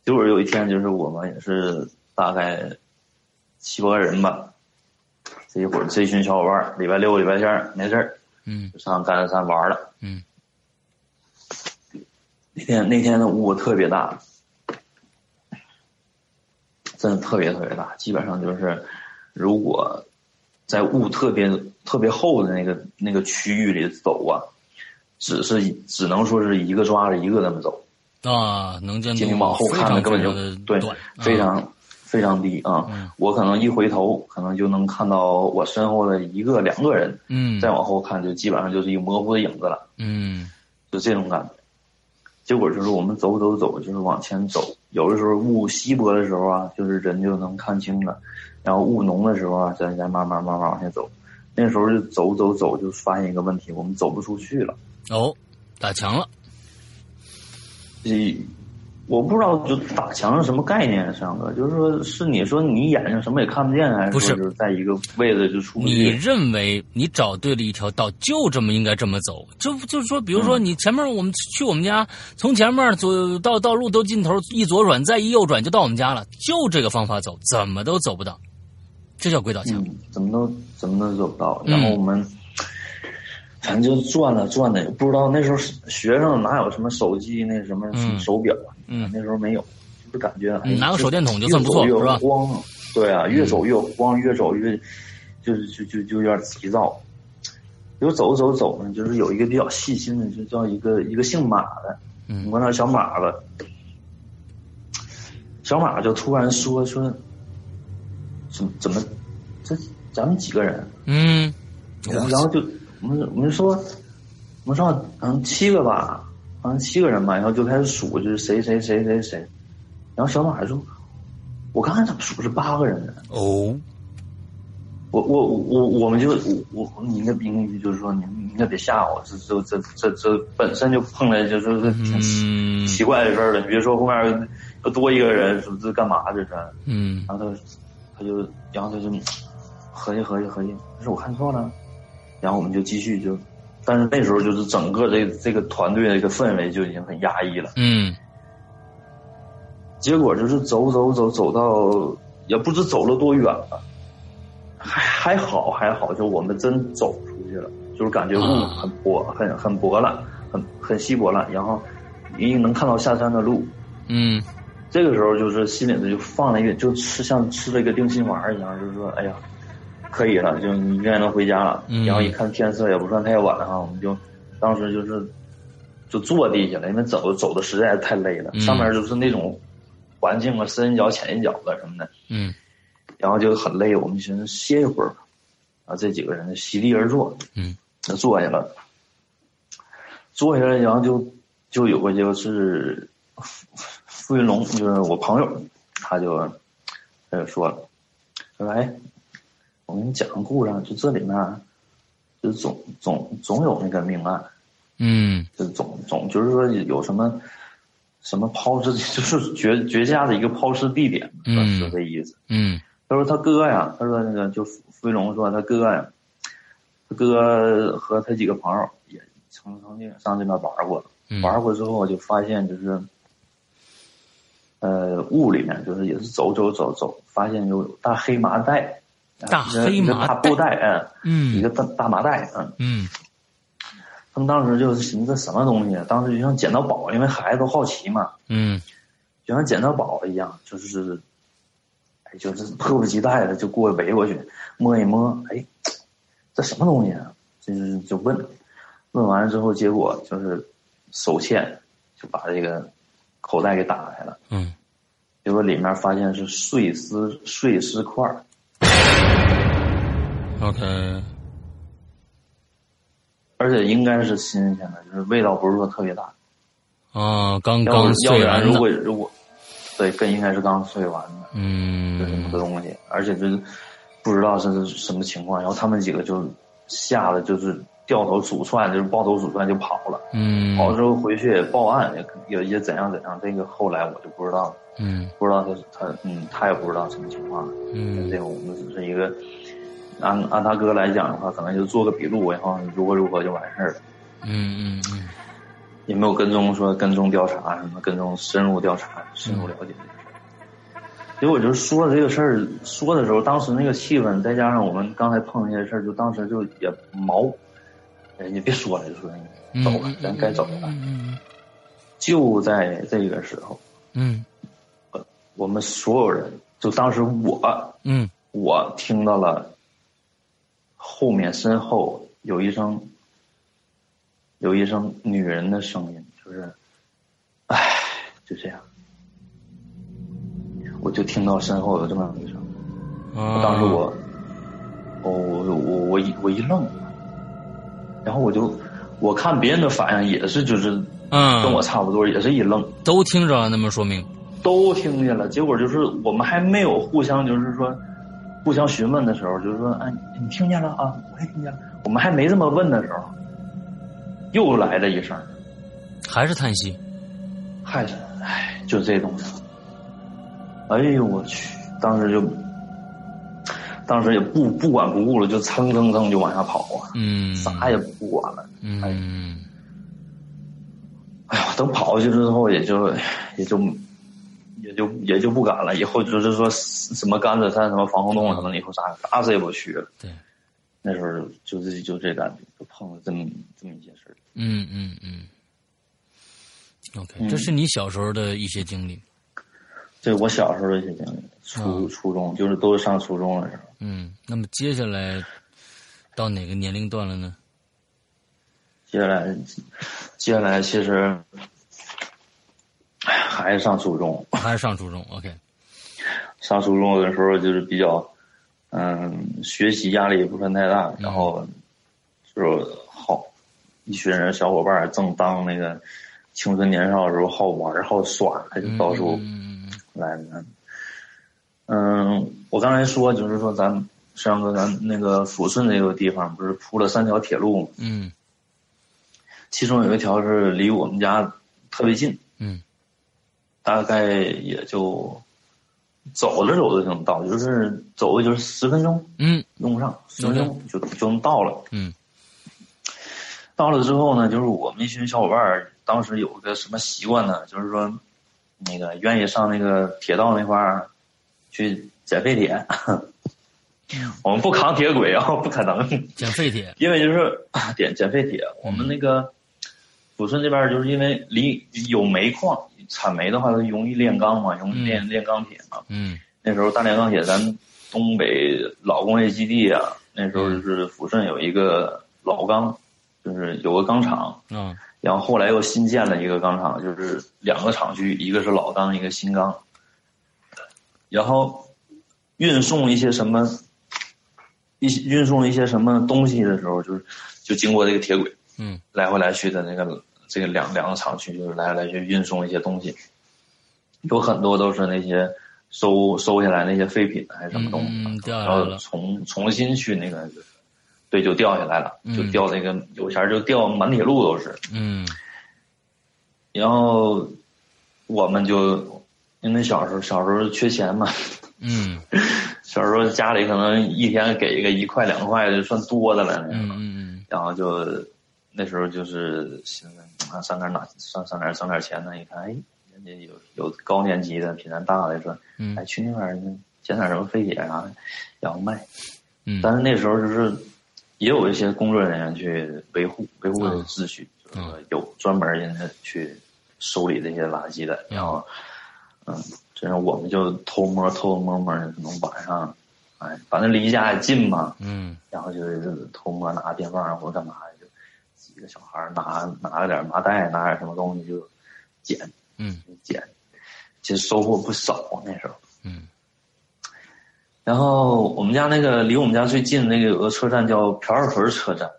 S5: 结果有一天，就是我们也是大概七八个人吧，这一会儿这群小伙伴儿礼拜六、礼拜天儿没事儿
S3: 嗯
S5: 就上甘山玩儿了。
S3: 嗯
S5: 那天那天的雾特别大，真的特别特别大，基本上就是如果在雾特别特别厚的那个那个区域里走啊，只是只能说是一个抓着一个那么走，
S3: 啊，能见
S5: 就
S3: 度
S5: 你往后
S3: 非
S5: 看
S3: 常
S5: 的根本就
S3: 非
S5: 对
S3: 常地短，
S5: 非
S3: 啊
S5: 常、非常低啊、
S3: 嗯
S5: 我可能一回头，可能就能看到我身后的一个两个人，
S3: 嗯
S5: 再往后看就基本上就是一个模糊的影子了。
S3: 嗯
S5: 就这种感觉。结果就是我们走走走，就是往前走，有的时候雾稀薄的时候啊，就是人就能看清了；然后雾浓的时候啊，咱再慢慢慢慢往前走。那时候就走走走，就发现一个问题，我们走不出去了。
S3: 哦打墙了
S5: 这我不知道就打墙是什么概念，上哥，就是说是你说你眼睛什么也看不见，还
S3: 不
S5: 是
S3: 是
S5: 说就是在一个位置就出不
S3: 你
S5: 去？
S3: 认为你找对了一条道，就这么应该这么走，就就是说，比如
S5: 嗯
S3: 说你前面我们去我们家，从前面左到道路都尽头，一左转再一右转就到我们家了，就这个方法走，怎么都走不到，这叫鬼打墙。
S5: 嗯，怎么都怎么都走不到。
S3: 嗯
S5: 然后我们反正就转了转了，也不知道那时候学生哪有什么手机那什么
S3: 嗯
S5: 什么手表啊？
S3: 嗯
S5: 那时候没有，就是感觉哎
S3: 嗯拿个手电筒就算不错
S5: 越走越
S3: 是吧嗯
S5: 慌啊，对啊，越走越慌，越走越就是就就就有点急躁。有走着走着走呢，就是有一个比较细心的，就叫一个一个姓马的，
S3: 嗯
S5: 你管他叫小马吧。小马就突然说说，怎么怎么，这咱们几个人？
S3: 嗯，
S5: 然后然后就我们我们说，我们说好像七个吧，好像七个人吧，然后就开始数，就是谁谁谁谁谁。然后小马说：“我刚才怎么数是八个人呢？
S3: 哦，
S5: 我我我我们就我我你应该你应该就是说你你应该别吓我，这这这这这本身就碰来就是挺奇
S3: 嗯
S5: 奇怪的事儿了。你别说后面又多一个人，这这干嘛这是？
S3: 嗯
S5: 然后他他就然后他就合计合计合计，他说我看错了，然后我们就继续就，但是那时候就是整个这这个团队的一个氛围就已经很压抑了。
S3: 嗯
S5: 结果就是走走走走到也不知走了多远了，还还好还好，就我们真走出去了，就是感觉雾
S3: 啊
S5: 很薄、很很薄了，很很稀薄了，然后已经能看到下山的路。
S3: 嗯
S5: 这个时候就是心里头就放了一个，就吃像吃了一个定心丸一样，就是说，哎呀，可 以了，就应该能回家了。
S3: 嗯
S5: 然后一看天色也不算太晚哈，我们就当时就是就坐地下了，因为走走的实在是太累了，
S3: 嗯
S5: 上面就是那种环境啊，深一脚浅一脚的什么的，
S3: 嗯
S5: 然后就很累，我们寻思歇一会儿吧，啊，这几个人就席地而坐，
S3: 嗯，
S5: 就坐下了，坐下来，然后就就有个就是傅傅云龙，就是我朋友，他就他就说了，他说哎，我给你讲个故事，啊，就这里面啊就总总总有那个命案，
S3: 嗯
S5: 就总总就是说有什么什么抛尸， 就是绝绝佳的一个抛尸地点，
S3: 嗯
S5: 就这意思。
S3: 嗯
S5: 他说他哥呀，他说那个就傅飞龙说他哥呀，他哥和他几个朋友也曾曾经上这边玩过，
S3: 嗯，
S5: 玩过之后我就发现就是，呃，雾里面就是也是走走走走，发现有大黑麻袋，啊
S3: 大黑麻袋
S5: 一个大布袋，嗯，
S3: 嗯
S5: 一个大大麻袋，嗯，
S3: 嗯
S5: 他们当时就是寻思这什么东西啊，当时就像捡到宝，因为孩子都好奇嘛，
S3: 嗯
S5: 就像捡到宝一样，就是，哎，就是迫不及待的就过去围过去摸一摸，哎，这什么东西啊？就是就问，问完了之后，结果就是手欠就把这个口袋给打开了，
S3: 嗯，
S5: 结果里面发现是碎尸碎尸块儿
S3: 嗯 OK，
S5: 而且应该是新鲜的，就是味道不是说特别大。
S3: 啊，刚
S5: 要不
S3: 刚
S5: 要不
S3: 碎
S5: 然
S3: 完
S5: 如
S3: 的，
S5: 果如果对，更应该是刚碎完的。就这么
S3: 嗯
S5: 个东西，而且就是不知道是什么情况，然后他们几个就吓得就是掉头鼠窜，就是抱头鼠窜就跑了，
S3: 嗯
S5: 跑了之后回去也报案，也也也怎样怎样，这个后来我就不知道了，
S3: 嗯
S5: 不知道他他嗯他也不知道什么情况，这
S3: 嗯
S5: 个我们只是一个按按他哥来讲的话，可能就做个笔录，然后如何如何就完事儿了。
S3: 嗯嗯
S5: 也没有跟踪说跟踪调查啊什么，跟踪深入调查、深入了解这个事儿。结果就是说这个事儿，说的时候，当时那个气氛，再加上我们刚才碰见这事儿，就当时就也毛，哎，你别说了，就说
S3: 嗯，
S5: 走吧，咱该走了。
S3: 嗯
S5: 就在这个时候，
S3: 嗯
S5: 我们所有人，就当时我，
S3: 嗯
S5: 我听到了后面身后有一声，有一声女人的声音，就是，唉，就这样。我就听到身后有这么一声，
S3: 啊，
S5: 当时我，我我我我一我一愣，然后我就我看别人的反应也是就是
S3: 嗯
S5: 跟我差不多，也是一愣，
S3: 都听着了，那么说明，
S5: 都听见了。结果就是我们还没有互相就是说互相询问的时候，就是说，哎，你听见了啊？我也听见了。我们还没这么问的时候，又来了一声，
S3: 还是叹息，
S5: 还是哎，就这东西。哎呦我去！当时就，当时也不不管不顾了，就蹭蹭蹭就往下跑啊，
S3: 嗯，
S5: 啥也不管了。
S3: 嗯
S5: 哎呀，等跑过去之后，也就也就也就也就不敢了。以后就是说什么甘蔗山、什么防空洞啊什么的，以后啥打死也不去了。
S3: 对，
S5: 那时候就是就这感觉，就碰了这么这么一件事儿。
S3: 嗯嗯嗯，OK，
S5: 嗯
S3: 这是你小时候的一些经历，
S5: 这是我小时候的一些经历，初初中就是都是上初中的时候。
S3: 嗯，那么接下来到哪个年龄段了呢？
S5: 接下来，接下来其实哎还是上初中，
S3: 还是上初中？OK，
S5: 上初中的时候就是比较，嗯，学习压力也不算太大，然后
S3: 嗯
S5: 就是好一群人小伙伴儿正当那个青春年少的时候，好玩儿好耍，他就到处
S3: 嗯
S5: 来呢。嗯，我刚才说就是说咱们石阳哥，咱那个抚顺这个地方不是铺了三条铁路吗？
S3: 嗯
S5: 其中有一条是离我们家特别近，
S3: 嗯
S5: 大概也就走着走着就能到，就是走也就是十分钟
S3: 嗯
S5: 用不上，十分钟就就能到了。
S3: 嗯
S5: 到了之后呢，就是我们一群小伙伴儿，当时有个什么习惯呢？就是说，那个愿意上那个铁道那块儿去捡废铁。 我们不扛铁轨啊，不可能，
S3: 捡废铁，
S5: 因为就是啊捡捡废铁，我们那个抚顺这边儿就是因为离有煤矿，产煤的话它容易炼钢嘛，容易炼炼钢铁嘛。
S3: 嗯
S5: 那时候大炼钢铁咱东北老工业基地啊，那时候就是抚顺有一个老钢，就是有个钢厂，
S3: 嗯
S5: 然后后来又新建了一个钢厂，就是两个厂区，一个是老钢，一个新钢。然后运送一些什么，一些运送一些什么东西的时候，就是就经过这个铁轨，
S3: 嗯
S5: 来回来去的那个这个两两个厂区，就是来回来去运送一些东西，有很多都是那些收收下来那些废品还是什么东西，
S3: 嗯嗯掉下
S5: 然
S3: 来了
S5: 后重重新去那个，对，就掉下来了，就
S3: 嗯
S5: 掉那个有钱儿就掉满铁路都是，
S3: 嗯
S5: 然后我们就因为小时候小时候缺钱嘛，
S3: 嗯
S5: 小时候家里可能一天给一个一块两块的算多的了那
S3: 嗯
S5: 种，
S3: 嗯
S5: 然后就那时候就是寻思啊上哪儿拿上上哪儿整点钱呢？一看哎，人家有有高年级的比咱大的说，
S3: 嗯
S5: 哎去那边儿捡点什么废铁啥的，然后卖。
S3: 嗯
S5: 但是那时候就是也有一些工作人员去维护维护
S3: 嗯
S5: 秩序，就是
S3: 嗯
S5: 说有专门人家去收理这些垃圾的，然后嗯，这样我们就偷摸偷偷摸摸的，可能晚上，哎，反正离家也近嘛，
S3: 嗯
S5: 然后就是偷摸拿电棒或者干嘛的，就几个小孩儿拿拿了点麻袋，拿点什么东西就捡
S3: 嗯
S5: 捡，其实收获不少啊那时候。
S3: 嗯
S5: 然后我们家那个离我们家最近那个有个车站叫瓢儿屯儿车站，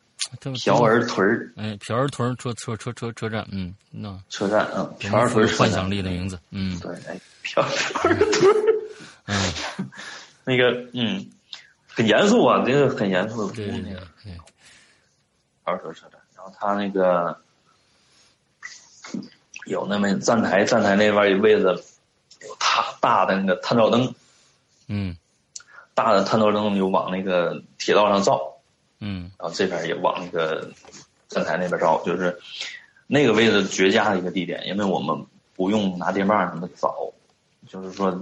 S3: 这不
S5: 瓢儿屯儿
S3: 哎，瓢儿屯车车车车车站，嗯，那
S5: 车站，嗯，
S3: 有
S5: 瓢儿屯儿车
S3: 幻
S5: 站
S3: 想力的名字，嗯
S5: 对，哎，瓢瓢儿屯儿
S3: 嗯，
S5: 那个，嗯，很严肃啊，这个很严肃的服
S3: 对
S5: 务
S3: 对
S5: 那
S3: 对
S5: 个
S3: 对，
S5: 瓢儿屯儿车站，然后他那个有那么站台，站台那边有位置有大大的那个探照灯，
S3: 嗯
S5: 大的探照灯就往那个铁道上照，
S3: 嗯
S5: 然后这边也往那个站台那边照，就是那个位置绝佳的一个地点，因为我们不用拿电棒什么扫，就是说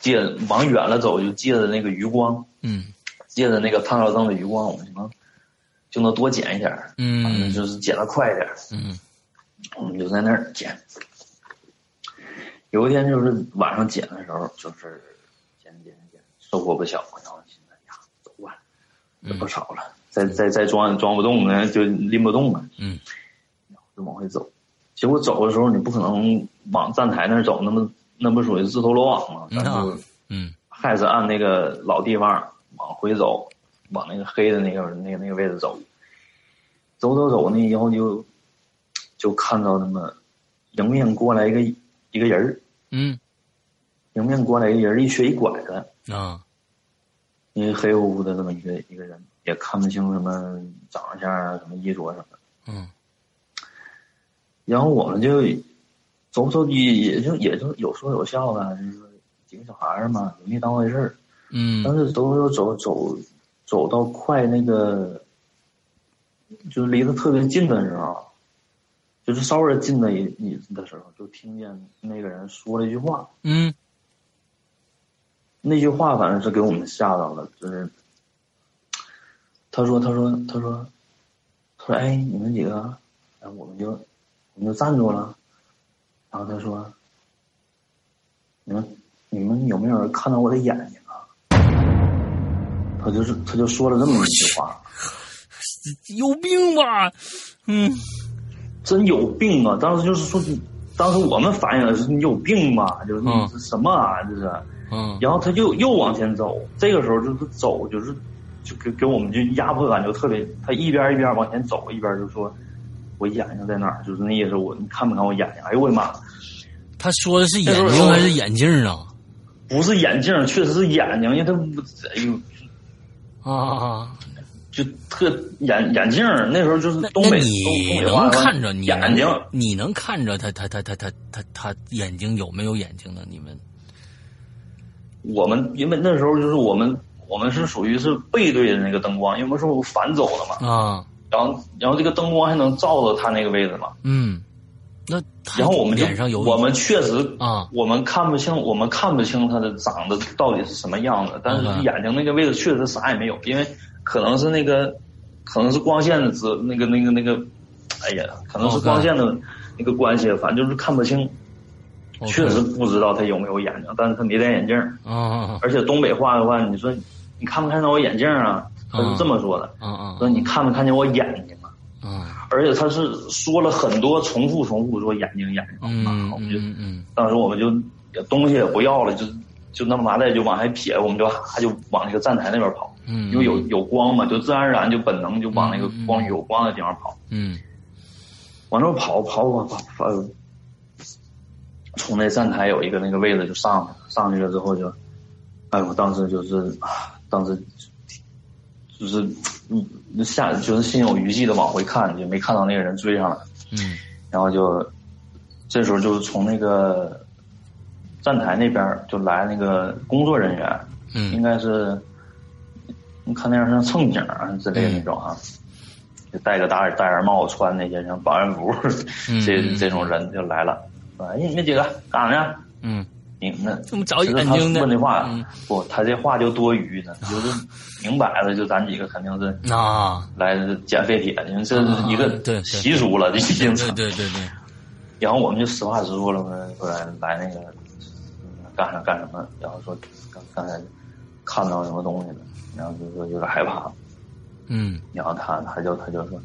S5: 借往远了走，就借着那个余光，
S3: 嗯
S5: 借着那个探照灯的余光，我们就能就能多捡一点儿，反正
S3: 嗯
S5: 就是捡的快一点儿，
S3: 嗯
S5: 我们就在那儿捡。有一天就是晚上捡的时候，就是捡捡捡，收获不小，然后现在呀，走吧，这不少了，再再再装装不动呢，就拎不动了。
S3: 嗯
S5: 就往回走。结果走的时候，你不可能往站台那儿走，那么那不属于自投罗网吗？
S3: 嗯
S5: 咱就
S3: 嗯
S5: 还是按那个老地方往回走，往那个黑的那个那个那个位置走。走走走呢，然后就就看到那么迎面过来一个一个人儿，
S3: 嗯
S5: 迎面过来一个人儿，一瘸一拐的，
S3: 啊
S5: 因为黑乎乎的这么一个一个人，也看不清什么长相啊，什么衣着什么的。
S3: 嗯
S5: 然后我们就走不走也也就也就有说有笑的，就是说几个小孩儿嘛，也没当回事儿。
S3: 嗯
S5: 但是走走走走走到快那个，就是离得特别近的时候，就是稍微近的一一的时候，就听见那个人说了一句话。
S3: 嗯
S5: 那句话反正是给我们吓到了，就是他说他说他说他说哎你们几个，然后我们就我们就站住了，然后他说你们你们有没有人看到我的眼睛啊？他就是他就说了这么一句话，
S3: 有病吧？嗯
S5: 真有病啊！当时就是说，当时我们反应的是你有病吧？就是你
S3: 嗯
S5: 这什么啊？这是。
S3: 嗯
S5: 然后他就又往前走，这个时候就是走，就是就给给我们就压迫感就特别。他一边一边往前走，一边就说：“我眼睛在哪儿？”就是那意思，我你看没看我眼睛？哎呦我的妈！
S3: 他说的是眼睛还是眼镜啊？
S5: 不是眼镜，确实是眼睛，因为他不哎呦，
S3: 啊，
S5: 就特眼眼镜。那时候就是东北，东
S3: 你
S5: 东北话
S3: 能
S5: 说
S3: 看着你
S5: 眼睛，
S3: 你能看着他他他他他他他眼睛有没有眼睛呢？你们
S5: 我们因为那时候就是我们我们是属于是背对着那个灯光，因为是我反走的嘛，
S3: 啊
S5: 然后然后这个灯光还能照到他那个位置嘛，
S3: 嗯，那他
S5: 然后我们就
S3: 脸上有
S5: 我们确实
S3: 啊
S5: 我们看不清我们看不清他的长得到底是什么样子，但
S3: 嗯
S5: 是眼睛那个位置确实啥也没有，因为可能是那个可能是光线的遮那个那
S3: 哦
S5: 个那个，哎呀，可能是光线的那个关系，反正就是看不清。
S3: OK
S5: 确实不知道他有没有眼睛，但是他没戴眼镜儿，
S3: 啊
S5: 而且东北话的话，你说你看没看到我眼镜儿啊？他是这么说的，
S3: 啊啊
S5: 说你看没看见我眼睛啊？
S3: 啊！
S5: 而且他是说了很多重复重复说眼睛眼睛，
S3: 嗯
S5: 我们就
S3: 嗯嗯
S5: 当时我们就东西也不要了，就就那么麻袋就往下撇，我们就还就往那个站台那边跑，
S3: 嗯，
S5: 因为有有光嘛，就自然而然就本能就往那个光有光的地方跑，
S3: 嗯
S5: 往那跑跑跑跑跑，从那站台有一个那个位置就上去了，上去了之后就，哎，我当时就是， 啊当时就是嗯下就是心有余悸的往回看，就没看到那个人追上来。
S3: 嗯
S5: 然后就这时候就是从那个站台那边儿就来那个工作人员，应
S3: 嗯
S5: 该是你看那样像乘警啊之
S3: 嗯
S5: 类的那种啊，就戴个大耳大檐帽，穿那些像保安服
S3: 嗯
S5: 这
S3: 嗯
S5: 这种人就来了，啊，哎，你们几个干啥呢？
S3: 嗯，
S5: 你们
S3: 怎么找
S5: 其实
S3: 眼
S5: 他
S3: 睛呢？
S5: 问这话
S3: 嗯，
S5: 不，他这话就多余的，就是明摆着，就咱几个肯定是
S3: 啊，
S5: 来捡废铁，因为这是一
S3: 啊对对
S5: 个习俗了，这已经
S3: 对
S5: 成
S3: 对对对，
S5: 然后我们就实话实说了，说说来来那个嗯干啥干什么，然后说刚刚才看到什么东西了，然后就说有点害怕，
S3: 嗯
S5: 然后他他就他就说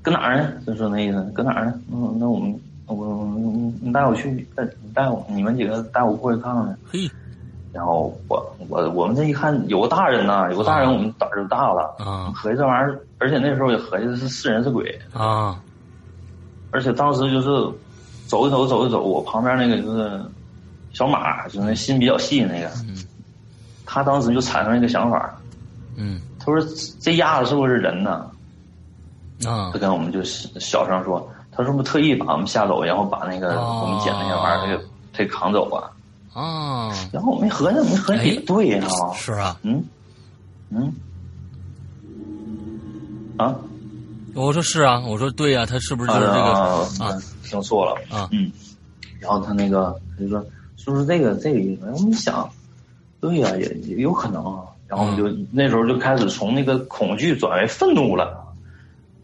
S5: 搁哪儿呢？就说那意思搁哪儿呢？嗯，那我们我我你你带我去，带你带我你们几个带我过去看看呗。
S3: 嘿
S5: 然后我我我们这一看有个大人呐、有个大人，我们胆儿就大了。
S3: 啊
S5: 合计这玩意儿，而且那时候也合计是是人是鬼，
S3: 啊
S5: 而且当时就是走一走走一走，我旁边那个就是小马，就是那心比较细那个，
S3: 嗯
S5: 他当时就产生一个想法，
S3: 嗯
S5: 他说这丫头是不是人呢？
S3: 啊
S5: 他跟我们就小声说，他说不特意把我们吓走，然后把那个
S3: 哦
S5: 我们捡那些玩意儿给给扛走啊。
S3: 啊，
S5: 然后我没合计，我没合计也
S3: 哎
S5: 对呀、
S3: 是啊，
S5: 嗯嗯啊
S3: 我说是啊，我说对啊，他是不是就是这个
S5: 啊
S3: 啊
S5: 听错了。
S3: 啊？
S5: 嗯，然后他那个他就说是不是这个这个意思？然后我们一想，对呀、也也有可能啊。然后我们就、
S3: 嗯
S5: 那时候就开始从那个恐惧转为愤怒了，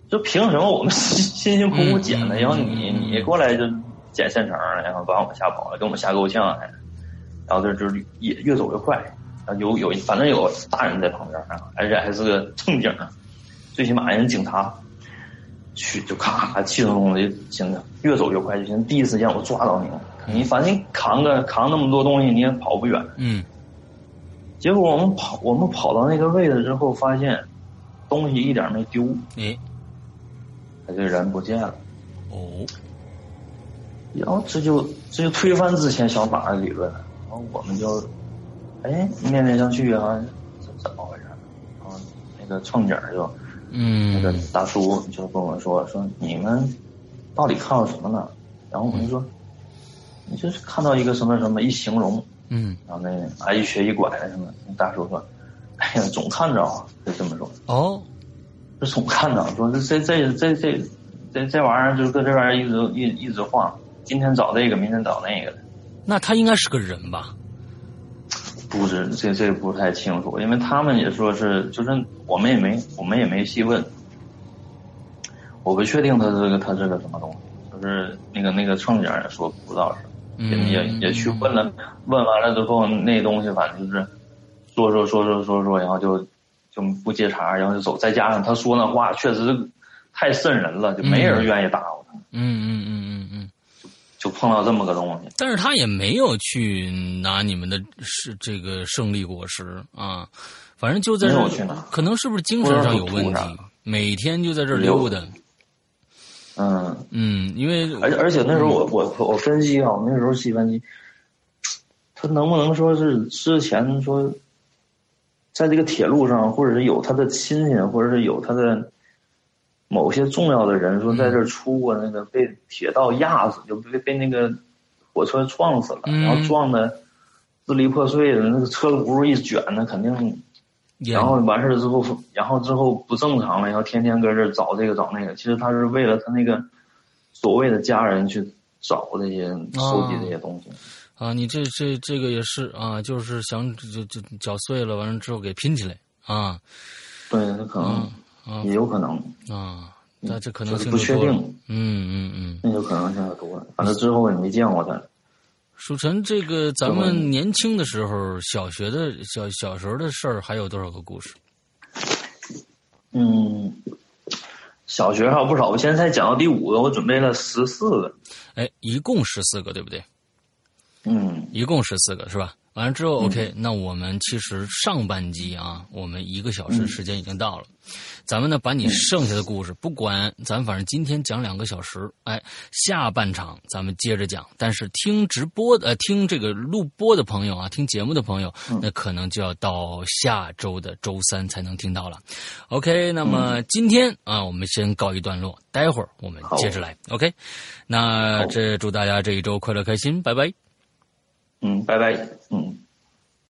S5: 就凭什么我们 辛辛辛苦苦捡的，
S3: 嗯嗯
S5: 然后你
S3: 嗯嗯
S5: 你过来就捡现成的，然后把我们吓跑了，给我们吓够呛还。然后这就是也越走越快，然后有有反正有个大人在旁边啊，而且还是个 正经啊，最起码人警察。去就咔气冲冲的就行了，越走越快就行。第一时间我抓到你了，你反正扛个扛那么多东西你也跑不远。
S3: 嗯
S5: 结果我们跑我们跑到那个位置之后，发现东西一点没丢，
S3: 哎
S5: 他这人不见了。
S3: 哦
S5: 然后这就这就推翻之前小马的理论了。然后我们就哎面面相觑啊，这怎么回事？然后那个乘警就那
S3: 嗯
S5: 个大叔就跟我们说说你们到底看到什么了？然后我们就说，你就是看到一个什么什么一形容，
S3: 嗯
S5: 然后那啊一瘸一拐的什么。那大叔说，哎呀，总看着啊，就这么说，
S3: 哦
S5: 就总看着，说这这这这这这这玩意儿就搁这玩意儿一直一一直晃，今天找这个，明天找那个的。
S3: 那他应该是个人吧？
S5: 不知这这不太清楚，因为他们也说是，就是我们也没我们也没细问，我不确定他这个他是个什么东西，就是那个那个乘警也说不知道是，也
S3: 嗯
S5: 也也去问了，问完了之后那东西反正就是说说说说说说，然后就就不接茬，然后就走，再加上他说那话确实太瘆人了，就没人愿意搭理他，
S3: 嗯嗯嗯嗯嗯，
S5: 就碰到这么个东西，
S3: 但是他也没有去拿你们的是这个胜利果实啊，反正就在这
S5: 没
S3: 儿
S5: 有去拿，
S3: 可能是不是精神上有问
S5: 不知道是
S3: 题
S5: 图啥，
S3: 每天就在这儿溜达。
S5: 嗯。
S3: 嗯，因为
S5: 而且而且那时候我我我分析啊，我那时候细分析，他能不能说是之前说，在这个铁路上，或者是有他的亲戚，或者是有他的某些重要的人，说在这儿出过那个被铁道压死，就被被那个火车撞死了，
S3: 嗯
S5: 然后撞的支离破碎的，那个车轱辘一卷，那肯定，
S3: 也
S5: 然后完事儿之后，然后之后不正常了，然后天天搁这儿找这个找那个，其实他是为了他那个。所谓的家人去找这些、
S3: 哦
S5: 收集这些东西。
S3: 啊，你这这这个也是啊，就是想就就搅碎了，完了之后给拼起来啊
S5: 对，他可能、
S3: 啊
S5: 也有可能，
S3: 啊，那这可能
S5: 就是
S3: 性
S5: 不
S3: 就
S5: 确
S3: 多了。
S5: 定，
S3: 嗯嗯嗯
S5: 那就可能性就多了。反正之后也没见过他，
S3: 舒晨，这个咱们年轻的时候，小学的小小时候的事儿，还有多少个故事？
S5: 嗯，小学还有不少，我现在才讲到第五个，我准备了十四个。
S3: 哎，一共十四个，对不对？
S5: 嗯，
S3: 一共十四个是吧？完了之后、o k 那我们其实上半集啊，我们一个小时时间已经到了，咱们呢把你剩下的故事，不管咱反正今天讲两个小时，哎，下半场咱们接着讲。但是听直播的、呃，听这个录播的朋友啊，听节目的朋友，那可能就要到下周的周三才能听到了。OK，那么今天啊，我们先告一段落，待会儿我们接着来。OK，那这祝大家这一周快乐开心，拜拜。
S5: 嗯，拜拜，嗯。